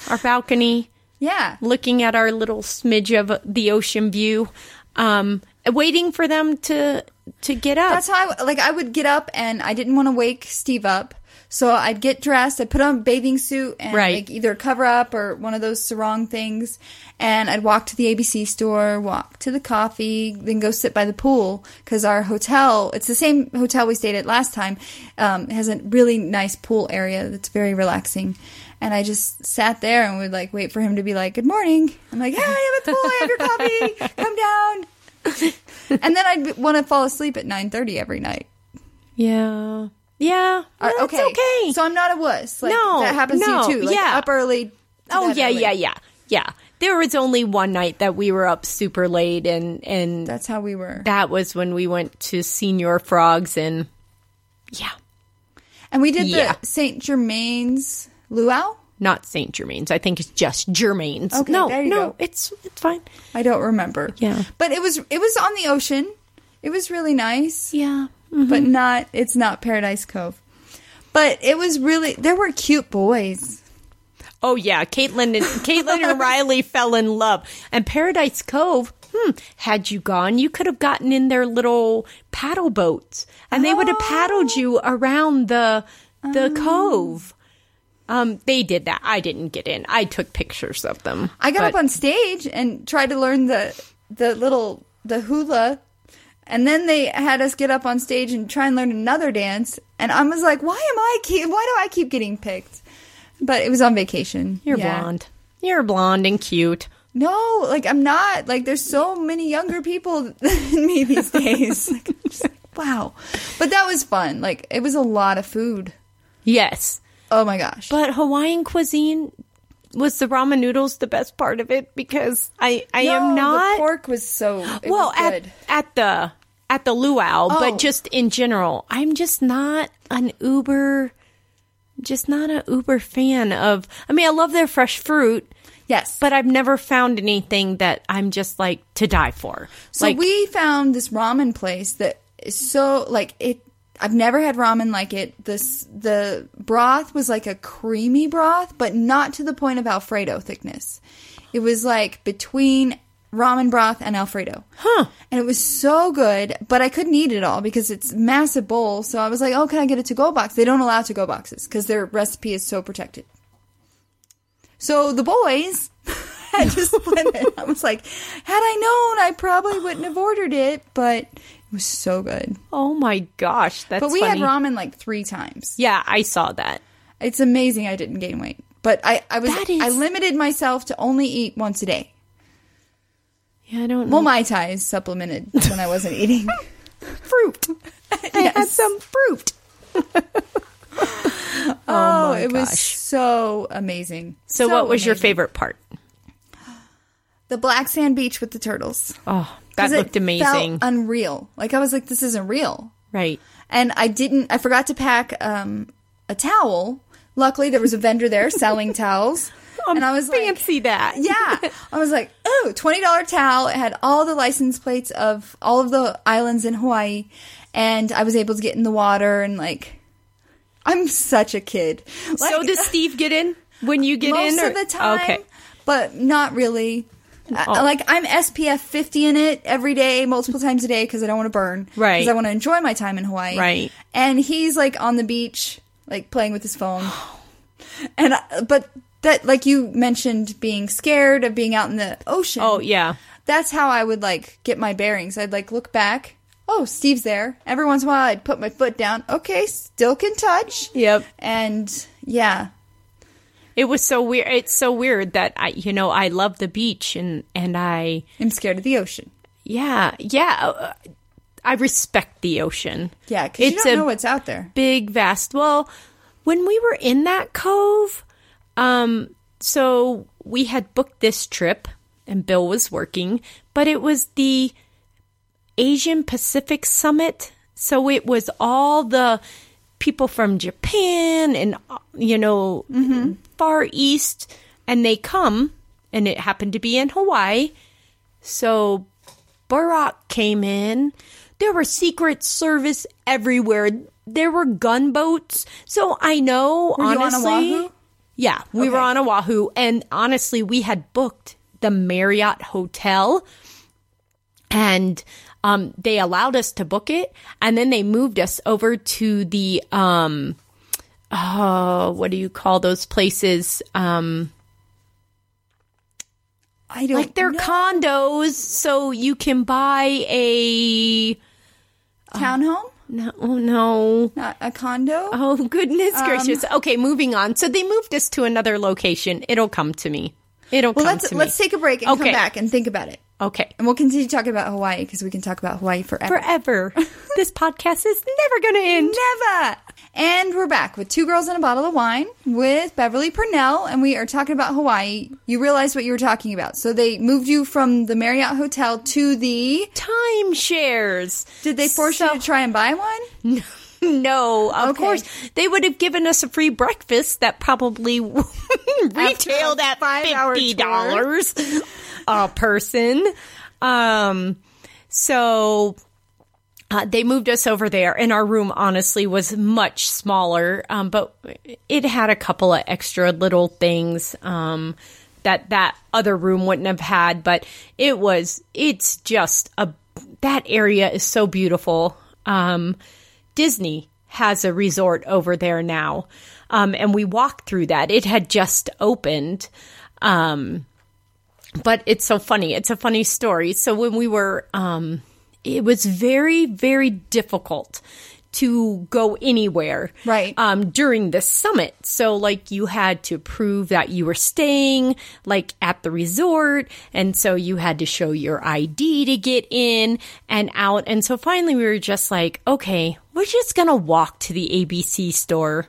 our balcony
yeah.
looking at our little smidge of the ocean view, um, waiting for them to to get up.
That's how I like I would get up and I didn't want to wake Steve up. So I'd get dressed, I'd put on a bathing suit and
Right.
like either a cover up or one of those sarong things and I'd walk to the ABC store, walk to the coffee, then go sit by the pool cuz our hotel, it's the same hotel we stayed at last time, um, has a really nice pool area that's very relaxing. And I just sat there and would like wait for him to be like, "Good morning." I'm like, "Hey, I'm at the pool. I have your coffee. Come down." and then I'd want to fall asleep at nine thirty every night.
yeah, yeah.
Uh,
No, it's
okay,
okay.
So I'm not a wuss. Like,
No,
that happens
no,
to you too. Like,
yeah.
up early. to
oh
bed
yeah,
early.
yeah, yeah, yeah. There was only one night that we were up super late, and and
That's how we were.
that was when we went to Senior Frogs, and yeah,
and we did
Yeah.
the Saint Germain's luau.
not Saint Germain's. I think it's just Germain's.
Okay,
no,
there you
no,
go.
it's it's fine.
I don't remember.
Yeah.
but it was it was on the ocean. It was really nice,
Yeah.
but not. It's not Paradise Cove. But it was really there were cute boys.
Oh yeah, Caitlin and Caitlin and Riley fell in love. And Paradise Cove, hmm, had you gone, you could have gotten in their little paddle boats, and they would have paddled
Oh.
you around the the cove. Um, they did that. I didn't get in. I took pictures of them.
I got
But-
up on stage and tried to learn the the little the hula, and then they had us get up on stage and try and learn another dance. And I was like, "Why am I keep? Why do I keep getting picked?" But it was on vacation.
You're
Yeah.
blonde. You're blonde and cute.
No, like I'm not. Like there's so many younger people than me these days. Like, I'm just like, wow, but that was fun. Like it was a lot of food.
Yes,
Oh my gosh.
but Hawaiian cuisine was the ramen noodles the best part of it because I I
No,
am not
The pork was so it
well
was
at,
good.
at the at the luau
Oh.
but just in general i'm just not an uber just not an uber fan of i mean i love their fresh fruit
yes,
but i've never found anything that i'm just like to die for
So
like
we found this ramen place that is so like it. I've never had ramen like it. This the broth was like a creamy broth, but not to the point of Alfredo thickness. It was like between ramen broth and Alfredo. Huh. And it was so good, but I couldn't eat it all because it's massive bowl. So I was like, oh, can I get a to go box? They don't allow to go boxes because their recipe is so protected. So the boys had to split it. I was like, had I known, I probably wouldn't have ordered it, but it was so good.
oh my gosh that's
but we
funny.
had ramen like three times.
yeah i saw that
It's amazing I didn't gain weight. But I, I was
That is-
I limited myself to only eat once a day.
yeah i don't
Well,
know
my Thai is supplemented when I wasn't eating fruit.
i had some fruit
Oh, it was
gosh.
so amazing.
so, what was your
amazing.
favorite part
the black sand beach with the turtles.
Oh,
'Cause
that looked
it Felt
amazing.
unreal. Like I was like, this isn't real.
right.
And I didn't. I forgot to pack um, a towel. Luckily, there was a vendor there selling towels. and I was like,
Oh, fancy that.
yeah. I was like, oh, $20 towel. It had all the license plates of all of the islands in Hawaii. And I was able to get in the water and like, I'm such a kid. Like,
so does Steve get in when you get
most
in? or-
of the time,
Okay. Oh.
but not really. I- I- like I'm SPF 50 in it every day, multiple times a day because I don't want to burn.
Right.
Because I want to enjoy my time in Hawaii.
Right.
And he's like on the beach, like playing with his phone. And I, but that, like you mentioned, being scared of being out in the ocean.
Oh yeah.
That's how I would like get my bearings. I'd like look back. Oh, Steve's there. Every once in a while, I'd put my foot down. Okay, still can touch.
Yep.
And yeah,
It was so weird. It's so weird that I, you know, I love the beach and and I,
I'm scared of the ocean.
yeah, yeah. uh, I respect the ocean.
Yeah, because you
It's
don't
a-
know what's out there.
big vast well when we were in that cove um so we had booked this trip and bill was working but it was the asian pacific summit so it was all the people from japan and uh, you know
Mm-hmm.
far east and they come and it happened to be in hawaii so Barack came in. There were Secret Service everywhere. There were gunboats. So I know,
Were you on
honestly.
Oahu?
Yeah, we were
Okay.
on Oahu. And honestly, we had booked the Marriott Hotel and um, they allowed us to book it. And then they moved us over to the, um, oh, what do you call those places? Um,
I don't
like they're
know.
condos so you can buy a
townhome,
no oh, no
not a condo.
oh goodness
Um,
gracious okay moving on so they moved us to another location it'll come to me it'll
well,
come
let's
to me
let's take a break and
Okay.
come back and think about it,
okay
and we'll continue talking about Hawaii because we can talk about Hawaii forever.
forever this podcast is never gonna end
Never. And we're back with two girls and a bottle of wine with Beverly Purnell, and we are talking about Hawaii. You realized what you were talking about, so they moved you from the Marriott hotel to the.
timeshares
Did they force you to try and buy one?
no of
Okay.
course they would have given us a free breakfast that probably retailed at
five-hour tour.
fifty dollars a person um so uh, they moved us over there, and our room honestly was much smaller, um, but it had a couple of extra little things um, that that other room wouldn't have had. But it was it's just a that area is so beautiful. Um, Disney has a resort over there now, um, and we walked through that. It had just opened. Um, but it's so funny. It's a funny story. So when we were, um, it was very, very difficult to go anywhere,
Right.
Um, during the summit, so like you had to prove that you were staying like at the resort, and so you had to show your ID to get in and out. And so finally, we were just like, okay, we're just gonna walk to the ABC store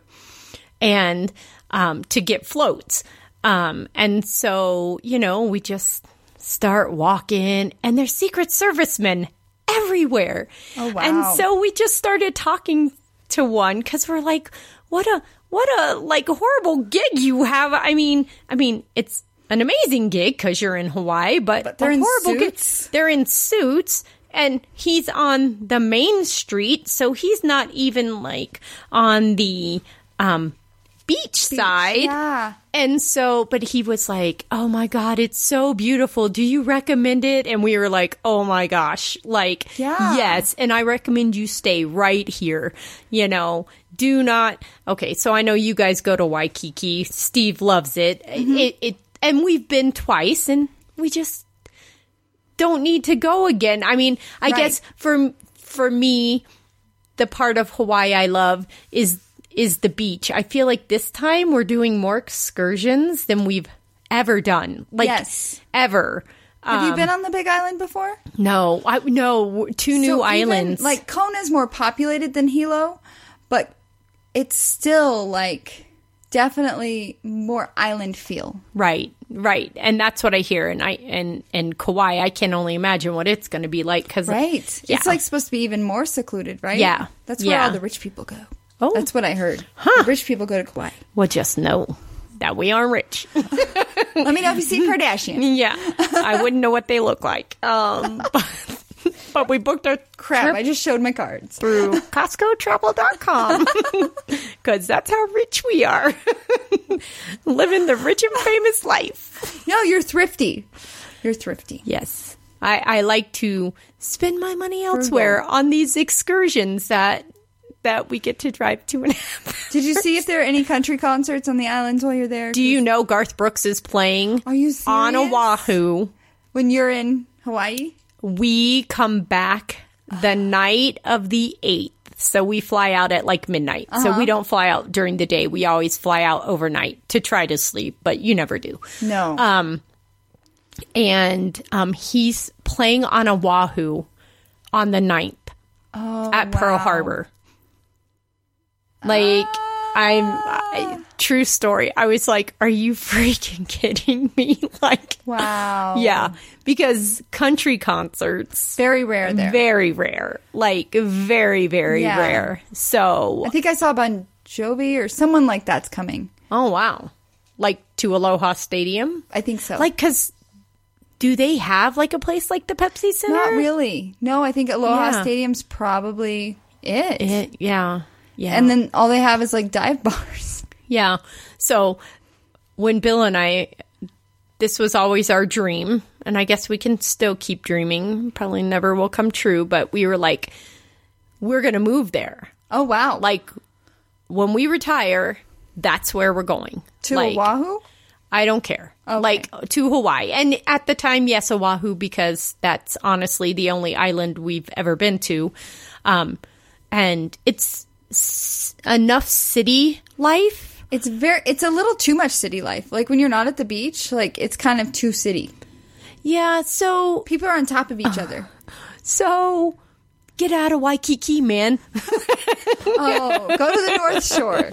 and um, to get floats. Um, and so, you know, we just start walking, and there's Secret Servicemen everywhere. Oh,
wow.
And so we just started talking to one because we're like, what a what a like horrible gig you have. I mean, I mean, it's an amazing gig because you're in Hawaii, but,
they're
a
in
horrible gig-
suits.
they're in suits and he's on the main street so he's not even like on the um beach, side
yeah.
and so but he was like oh my god it's so beautiful do you recommend it and we were like oh my gosh like
Yeah.
yes and i recommend you stay right here you know do not okay so i know you guys go to waikiki steve loves it
Mm-hmm.
it, it and we've been twice and we just don't need to go again. I mean, I
Right.
guess for for me, the part of Hawaii I love is is the beach. I feel like this time we're doing more excursions than we've ever done. Like
Yes.
ever.
Have you been on the Big Island before?
No, I no two new
So even,
islands.
like Kona's more populated than Hilo, but it's still like definitely more island feel.
Right, right, and that's what I hear. And I and and Kauai, I can only imagine what it's going to be like because
Right.
yeah,
It's like supposed to be even more secluded, right?
Yeah.
That's where
Yeah.
all the rich people go.
Oh.
That's what I heard. The rich people go to Kauai.
well, just know that we are rich.
Let me know if you see Kardashian.
yeah, I wouldn't know what they look like. Um, but, but we booked our
Crap,
trip
I just showed my cards.
through CostcoTravel.com because that's how rich we are, living the rich and famous life.
No, you're thrifty. You're thrifty.
Yes. I, I like to spend my money elsewhere on these excursions that that we get to drive to and
Did you see if there are any country concerts on the islands while you're there?
Do you know Garth Brooks is playing
Are you
on
serious?
Oahu?
when you're in Hawaii?
We come back the night of the 8th. So we fly out at like midnight. So we don't fly out during the day. We always fly out overnight to try to sleep, but you never do.
No.
Um, and um, he's playing on Oahu on the 9th at Pearl Harbor. Like, I'm I, true story. I was like, are you freaking kidding me? like,
wow.
yeah, because country concerts
Very rare there.
very rare, like very very
Yeah.
rare. So,
I think I saw Bon Jovi or someone like that's coming.
oh wow, like to Aloha Stadium,
I think so.
like because. Do they have like a place like the Pepsi Center?
not really. No, I think Aloha
Yeah.
Stadium's probably it.
It, yeah. Yeah.
And then all they have is like dive bars.
yeah. So when Bill and I, this was always our dream, and I guess we can still keep dreaming. Probably never will come true, but we were like, we're going to move there.
Oh wow.
Like when we retire, that's where we're going.
to
like,
Oahu?
I don't care. Like to Hawaii. And at the time, yes, Oahu, because that's honestly the only island we've ever been to. Um, and it's s- enough city life.
It's very it's a little too much city life. Like when you're not at the beach, like it's kind of too city.
Yeah. So,
People are on top of each other.
so get out of Waikiki, man.
Oh, go to the North Shore.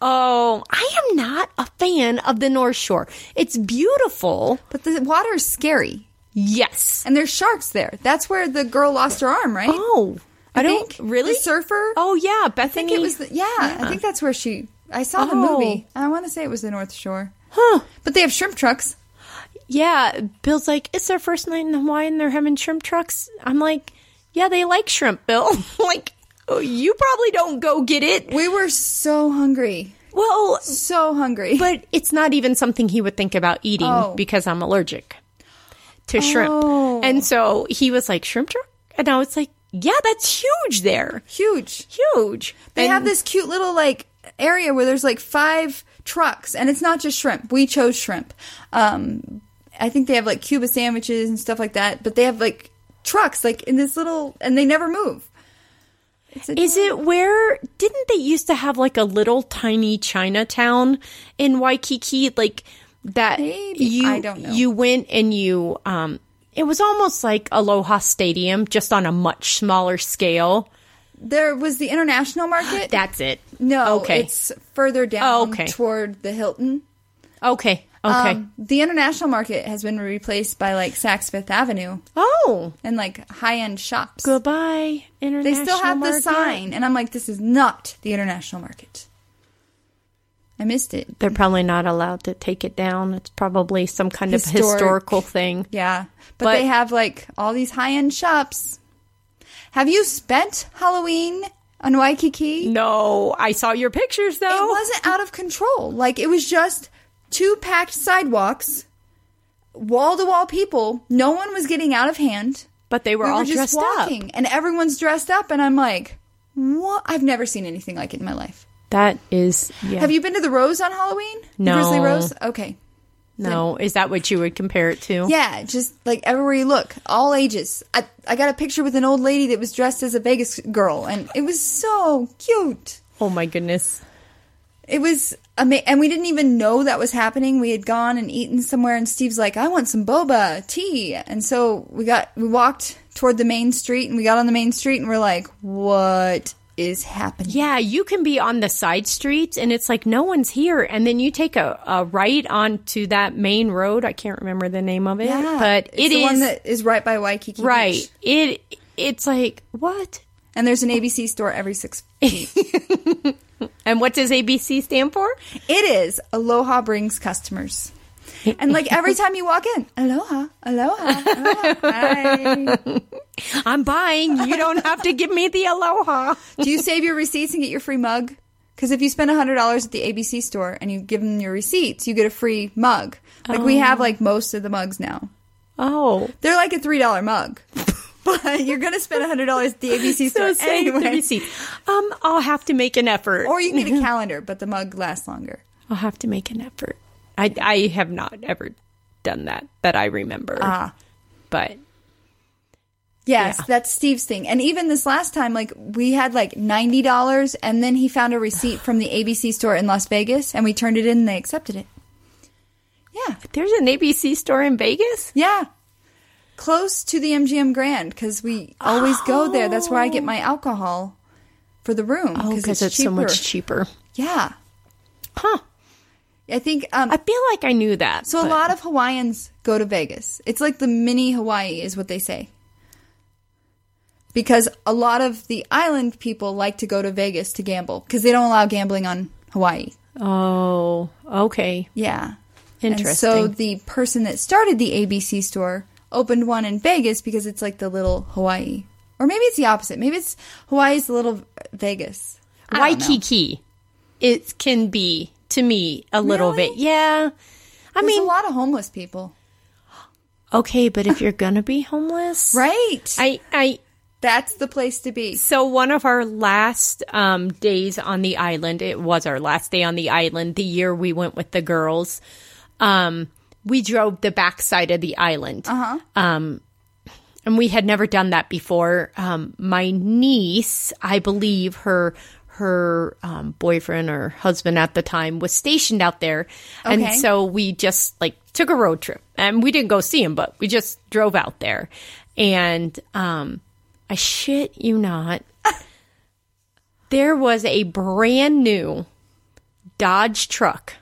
Oh, I am not a fan of the North Shore. It's beautiful.
But the water's scary.
Yes.
And there's sharks there. That's where the girl lost her arm, right?
Oh, I, don't
think.
really.
The surfer?
Oh, yeah. Bethany.
I think it was the, yeah, I think that's where she I saw the
Oh.
movie. I want to say it was the North Shore.
Huh.
But they have shrimp trucks.
Yeah, Bill's like, it's their first night in Hawaii and they're having shrimp trucks. I'm like, yeah, they like shrimp, Bill. like, oh, you probably don't go get it.
We were so hungry.
Well,
So hungry.
but it's not even something he would think about eating
Oh.
because I'm allergic to shrimp. And so he was like, shrimp truck? And I was like, yeah, that's huge there.
huge.
Huge.
They
And-
have this cute little like area where there's like five trucks, and it's not just shrimp. We chose shrimp. Um, I think they have like Cuba sandwiches and stuff like that, but they have like trucks like in this little, and they never move. It's a,
Is it where didn't they used to have like a little tiny Chinatown in Waikiki like that
Maybe.
you
I don't know.
you went and you um it was almost like Aloha Stadium just on a much smaller scale.
there was the international market.
That's it.
no,
Okay.
it's further down
Oh, okay.
toward the Hilton.
okay. Okay.
Um, the international market has been replaced by like Saks Fifth Avenue
oh,
and like high end shops.
goodbye international.
They still have the
market.
sign, and I'm like, this is not the international market. I missed it.
They're probably not allowed to take it down. It's probably some kind
Historic.
of historical thing.
Yeah, but,
But-
they have like all these high end shops. Have you spent Halloween on Waikiki?
No, I saw your pictures though.
It wasn't out of control. Like it was just two packed sidewalks, wall to wall people. No one was getting out of hand.
but they were
we
all
were just
dressed
walking,
up.
and everyone's dressed up, and I'm like, what? I've never seen anything like it in my life.
That is yeah.
Have you been to the Rose on Halloween?
No.
the Grizzly Rose. Okay,
No, is that what you would compare it to?
Yeah, just like everywhere you look, all ages. I, I got a picture with an old lady that was dressed as a Vegas girl, and it was so cute.
Oh my goodness.
It was amazing. And we didn't even know that was happening. We had gone and eaten somewhere, and Steve's like, I want some boba tea. And so we got, we walked toward the main street, and we got on the main street, and we're like, what is happening.
Yeah, you can be on the side streets and it's like no one's here. And then you take a, a right onto that main road. I can't remember the name of it,
Yeah.
but
it's
it
the
is
one that is right by Waikiki.
right.
Beach.
It it's like what?
and there's an ABC store every six.
And what does ABC stand for?
It is Aloha brings customers, and like every time you walk in, Aloha, Aloha, Aloha. Hi.
I'm buying. You don't have to give me the aloha.
Do you save your receipts and get your free mug? Because if you spend hundred dollars at the ABC store and you give them your receipts, you get a free mug. Like we have like most of the mugs now.
Oh,
They're like a three dollar mug, but you're gonna spend hundred dollars at the ABC
so
store
save
anyway.
the receipt. Um, I'll have to make an effort.
Or you can get a calendar, but the mug lasts longer.
I'll have to make an effort. I I have not ever done that that I remember.
Ah.
but
Yes,
Yeah.
that's Steve's thing. And even this last time, like we had like ninety dollars, and then he found a receipt from the ABC store in Las Vegas, and we turned it in, and they accepted it. Yeah,
there's an ABC store in Vegas.
yeah, close to the MGM Grand because we always go there. That's where I get my alcohol for the room.
Oh, because it's, so much
cheaper.
cheaper.
Yeah,
Huh.
I think um,
I feel like I knew that.
So
but-
a lot of Hawaiians go to Vegas. It's like the mini Hawaii is what they say. Because a lot of the island people like to go to Vegas to gamble because they don't allow gambling on Hawaii.
Oh, okay.
Yeah. And so
Interesting.
the person that started the ABC store opened one in Vegas because it's like the little Hawaii. Or maybe it's the opposite. Maybe it's Hawaii's the little Vegas. I don't know.
Waikiki, it can be to me a little
Really?
bit. Yeah. I
There's
mean,
a lot of homeless people.
okay, but if you're gonna be homeless,
Right.
I, I,
That's the place to be.
So one of our last um, days on the island, it was our last day on the island. The year we went with the girls, um, we drove the backside of the island, uh-huh. um, and we had never done that before. Um, my niece, I believe her her um, boyfriend or husband at the time was stationed out there, and
Okay.
so we just like took a road trip, and we didn't go see him, but we just drove out there, and um, I shit you not there was a brand new Dodge truck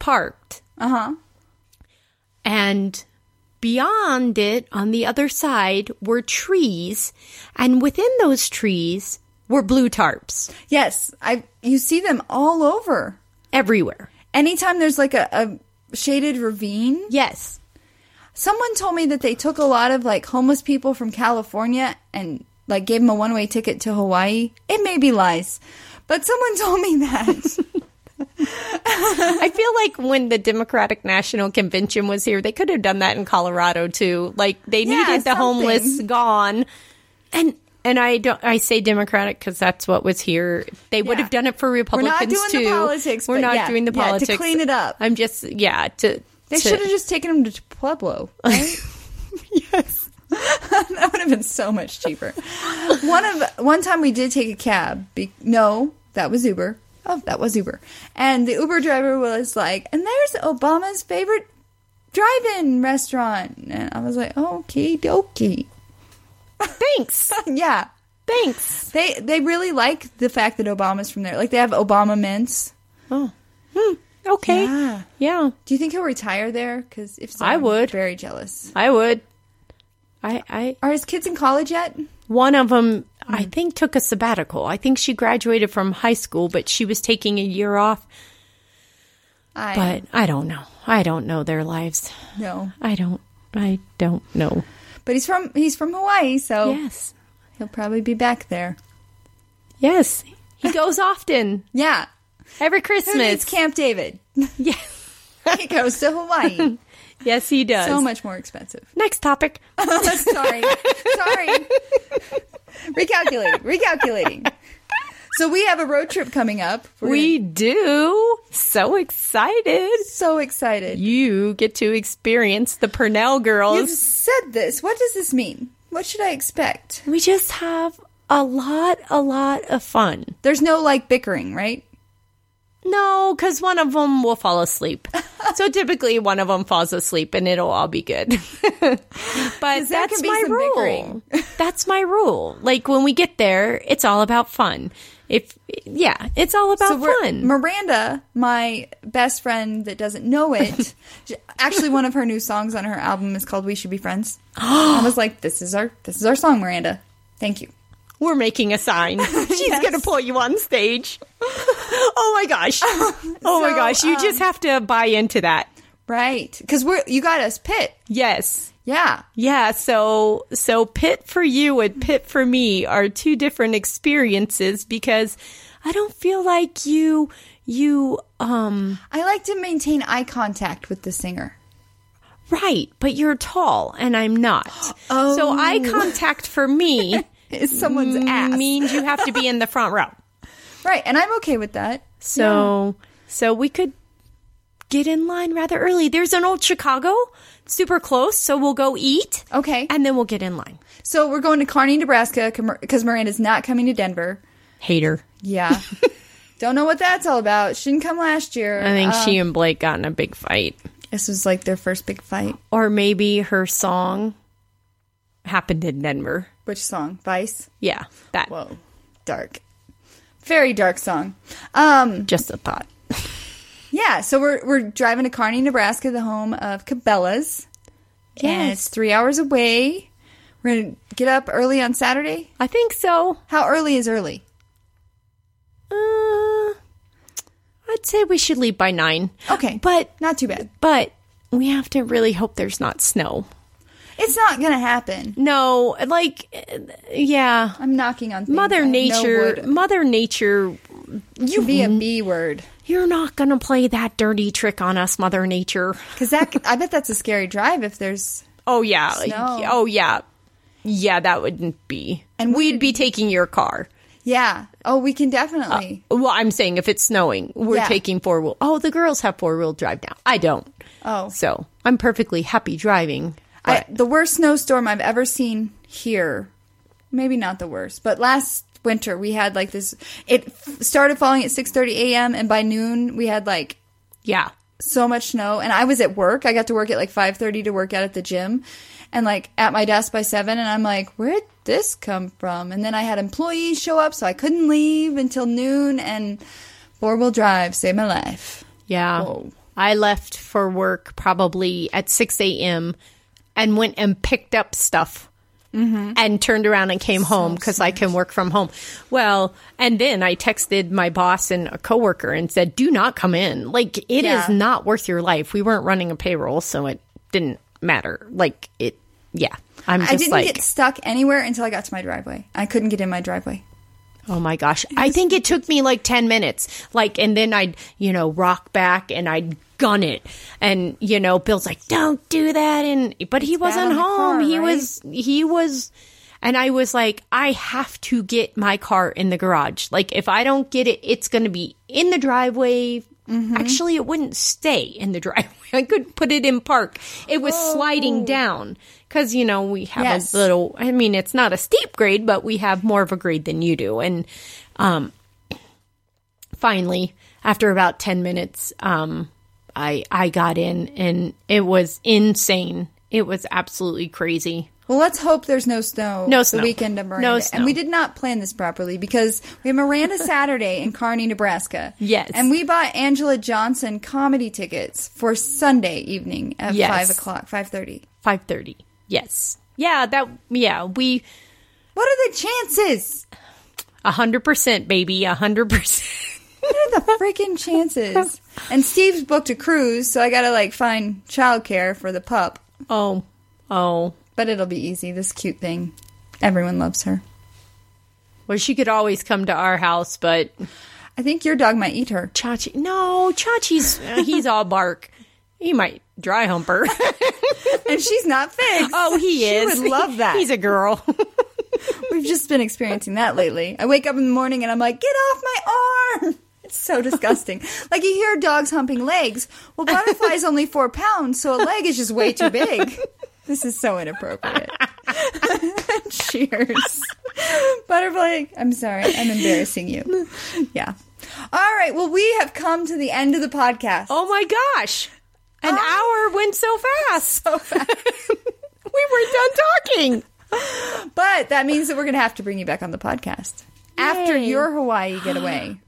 parked. Uh huh. And beyond it, on the other side, were trees. And within those trees were blue tarps
Yes. I you see them all over.
everywhere.
anytime there's like a, a shaded ravine
Yes.
someone told me that they took a lot of like homeless people from california and like gave them a one-way ticket to hawaii it may be lies but someone told me that
I feel like when the Democratic National Convention was here, they could have done that in Colorado too. Like they
Yeah,
needed the
something.
homeless gone, and and I don't. I say Democratic because that's what was here. They would
Yeah.
have done it for
not
Republicans
doing the
too.
politics,
We're
but
not
yeah,
doing the
yeah, to
politics
clean it up.
I'm just yeah. To
they
to-
should have just taken them to pueblo right?
yes.
that would have been so much cheaper one of one time we did take a cab be, no that was uber oh that was uber and the uber driver was like and there's obama's favorite drive-in restaurant and i was like okay dokie
Thanks.
yeah
Thanks.
They they really like the fact that Obama's from there. Like they have Obama mints.
Okay.
Yeah.
yeah.
Do you think he'll retire there? Because if so,
I
I'm
would.
very jealous.
I would. I I
Are his kids in college yet?
One of them, I think, took a sabbatical. I think she graduated from high school, but she was taking a year off.
I
But I don't know. I don't know their lives.
no.
I don't. I don't know.
But he's from he's from Hawaii, so
Yes.
he'll probably be back there.
Yes. He goes often
Yeah.
every
Who needs
Christmas.
Camp David?
yes.
He goes to Hawaii.
Yes, he does.
so much more expensive.
Next topic.
Sorry. Sorry. Recalculating. Recalculating. So we have a road trip coming up. We're
We do. So excited.
so excited.
You get to experience the Purnell girls.
You've said this. What does this mean? What should I expect?
we just have a lot, a lot of fun.
There's no like bickering, right?
No, because one of them will fall asleep. so typically one of them falls asleep and it'll all be good. but
there
that's
can be
my
some
rule.
bickering.
that's my rule. Like when we get there, it's all about fun. If yeah, it's all about
we're-
fun.
Miranda, my best friend that doesn't know it, she- actually one of her new songs on her album is called "We Should Be Friends." I was like, "This is our this is our song, Miranda. Thank you."
We're making a sign. She's gonna pull you on stage. oh my gosh. Oh my
So, um,
gosh. You just have to buy into that.
Right, because we're you got us pit.
Yes.
Yeah,
Yeah, so so pit for you and pit for me are two different experiences because I don't feel like you you um
I like to maintain eye contact with the singer.
right, but you're tall and I'm not. Oh. So eye contact for me
It's someone's
Mm-hmm.
ass,
means you have to be in the front row.
right? And I'm okay with that.
So so we could get in line rather early. There's an old Chicago super close, so we'll go eat
Okay,
and then we'll get in line.
so we're going to Kearney, Nebraska, because Miranda's not coming to Denver.
Hater.
Yeah, don't know what that's all about. She didn't come last year.
I think
Uh,
she and Blake got in a big fight.
this was like their first big fight.
or maybe her song happened in Denver.
Which song? Vice.
Yeah, that
Whoa, dark, very dark song. Um,
just a thought.
yeah. So we're we're driving to Kearney, Nebraska, the home of Cabela's. and it's three hours away. We're gonna get up early on Saturday.
I think so.
How early is early?
Uh, I'd say we should leave by nine.
Okay,
but
not too bad.
but we have to really hope there's not snow.
It's not gonna happen.
No, like uh, yeah,
I'm knocking on things I
Mother
know
Nature.
would
Mother Nature,
be a B word
you're not gonna play that dirty trick on us, Mother Nature.
because that I bet that's a scary drive if there's
Oh yeah,
Snow.
oh yeah, yeah. That wouldn't be,
And
and we'd be taking your car.
yeah. Oh, we can definitely.
Well, I'm saying if it's snowing, we're
Yeah.
taking four wheel. Oh, the girls have four wheel drive now. I don't.
Oh.
so I'm perfectly happy driving.
I,
But
the worst snowstorm I've ever seen here. Maybe not the worst, but last winter we had like this. It f- started falling at 6:30 a.m. and by noon we had like
yeah,
so much snow. And I was at work. I got to work at like 5:30 to work out at the gym, and like at my desk by seven. And I'm like, where would this come from? And then I had employees show up, so I couldn't leave until noon. And four wheel drive saved my life.
yeah.
Whoa.
I left for work probably at 6 a.m. and went and picked up stuff
Mm-hmm.
and turned around and came home because I can work from home. Well, and then I texted my boss and a coworker and said, "Do not come in. Like it is
Yeah.
not worth your life. We weren't running a payroll, so it didn't matter. Like it, yeah." I'm just
I didn't
like,
get stuck anywhere until I got to my driveway. I couldn't get in my driveway.
Oh my gosh. I think it took me like 10 minutes. Like, and then I'd, you know, rock back and I'd gun it. And, you know, Bill's like, don't do that. And, but he wasn't
on the
home.
car,
he
right?
was, he was, and I was like, I have to get my car in the garage. Like, if I don't get it, it's going to be in the driveway. Actually, it wouldn't stay in the driveway. I couldn't put it in park. It was sliding down because, you know, we have
Yes.
a little, I mean, it's not a steep grade, but we have more of a grade than you do. And, um, finally, after about 10 minutes, um, I, I got in and it was insane. It was absolutely crazy.
Well, let's hope there's no snow.
No snow.
The weekend of
No
Miranda,
snow.
and we did not plan this properly because we have Miranda Saturday in Kearney, Nebraska.
Yes.
and we bought Angela Johnson comedy tickets for Sunday evening at
Yes.
five o'clock, five thirty.
5:30. Yes. Yeah, that yeah, we
What are the chances?
100% baby, 100%.
What are the freaking chances? And Steve's booked a cruise, so I gotta like find childcare for the pup.
Oh. Oh.
But it'll be easy. This cute thing, everyone loves her.
Well, she could always come to our house, but
I think your dog might eat her.
Chachi, no, Chachi's uh, he's all bark. He might dry hump her.
And she's not fixed.
Oh, he is.
would love that.
He's a girl.
We've just been experiencing that lately. I wake up in the morning and I'm like, get off my arm! It's so disgusting. like you hear dogs humping legs. Well, butterfly's only four pounds, so a leg is just way too big. This is so inappropriate. Cheers. Butterfly, I'm sorry, I'm embarrassing you. Yeah. All right, well, we have come to the end of the podcast.
Oh my gosh. An
Ah.
hour went so fast. we were done talking.
But that means that we're going to have to bring you back on the podcast after your Hawaii getaway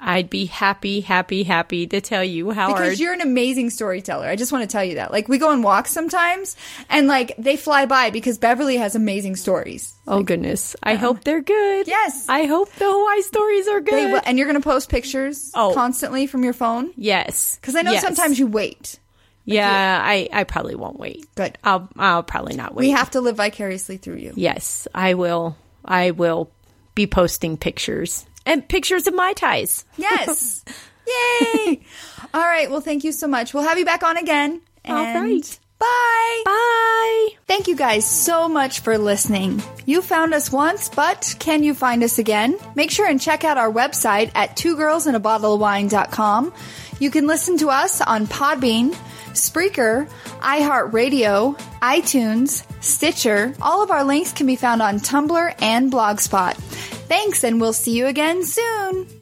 I'd be happy, happy, happy to tell you how
because
our
you're an amazing storyteller. I just want to tell you that. Like we go on walks sometimes and like they fly by because Beverly has amazing stories.
Oh goodness! I hope they're good.
Yes.
I hope the Hawaii stories are good.
They will, and you're going to post pictures
Eh. Oh.
constantly from your phone
yes,
because I know
Yes.
sometimes you wait.
yeah, I, I probably won't wait.
Good.
I'll I'll probably not wait.
We have to live vicariously through you.
yes, I will. I will be posting pictures and pictures of my ties.
Yes. Yay. All right. Well, thank you so much. We'll have you back on again.
All
And
right.
Bye.
Bye.
Thank you guys so much for listening. You found us once, but can you find us again? Make sure and check out our website at twogirlsinabottleofwine.com. You can listen to us on Podbean, Spreaker, iHeartRadio, iTunes, Stitcher. All of our links can be found on Tumblr and Blogspot. Thanks, and we'll see you again soon.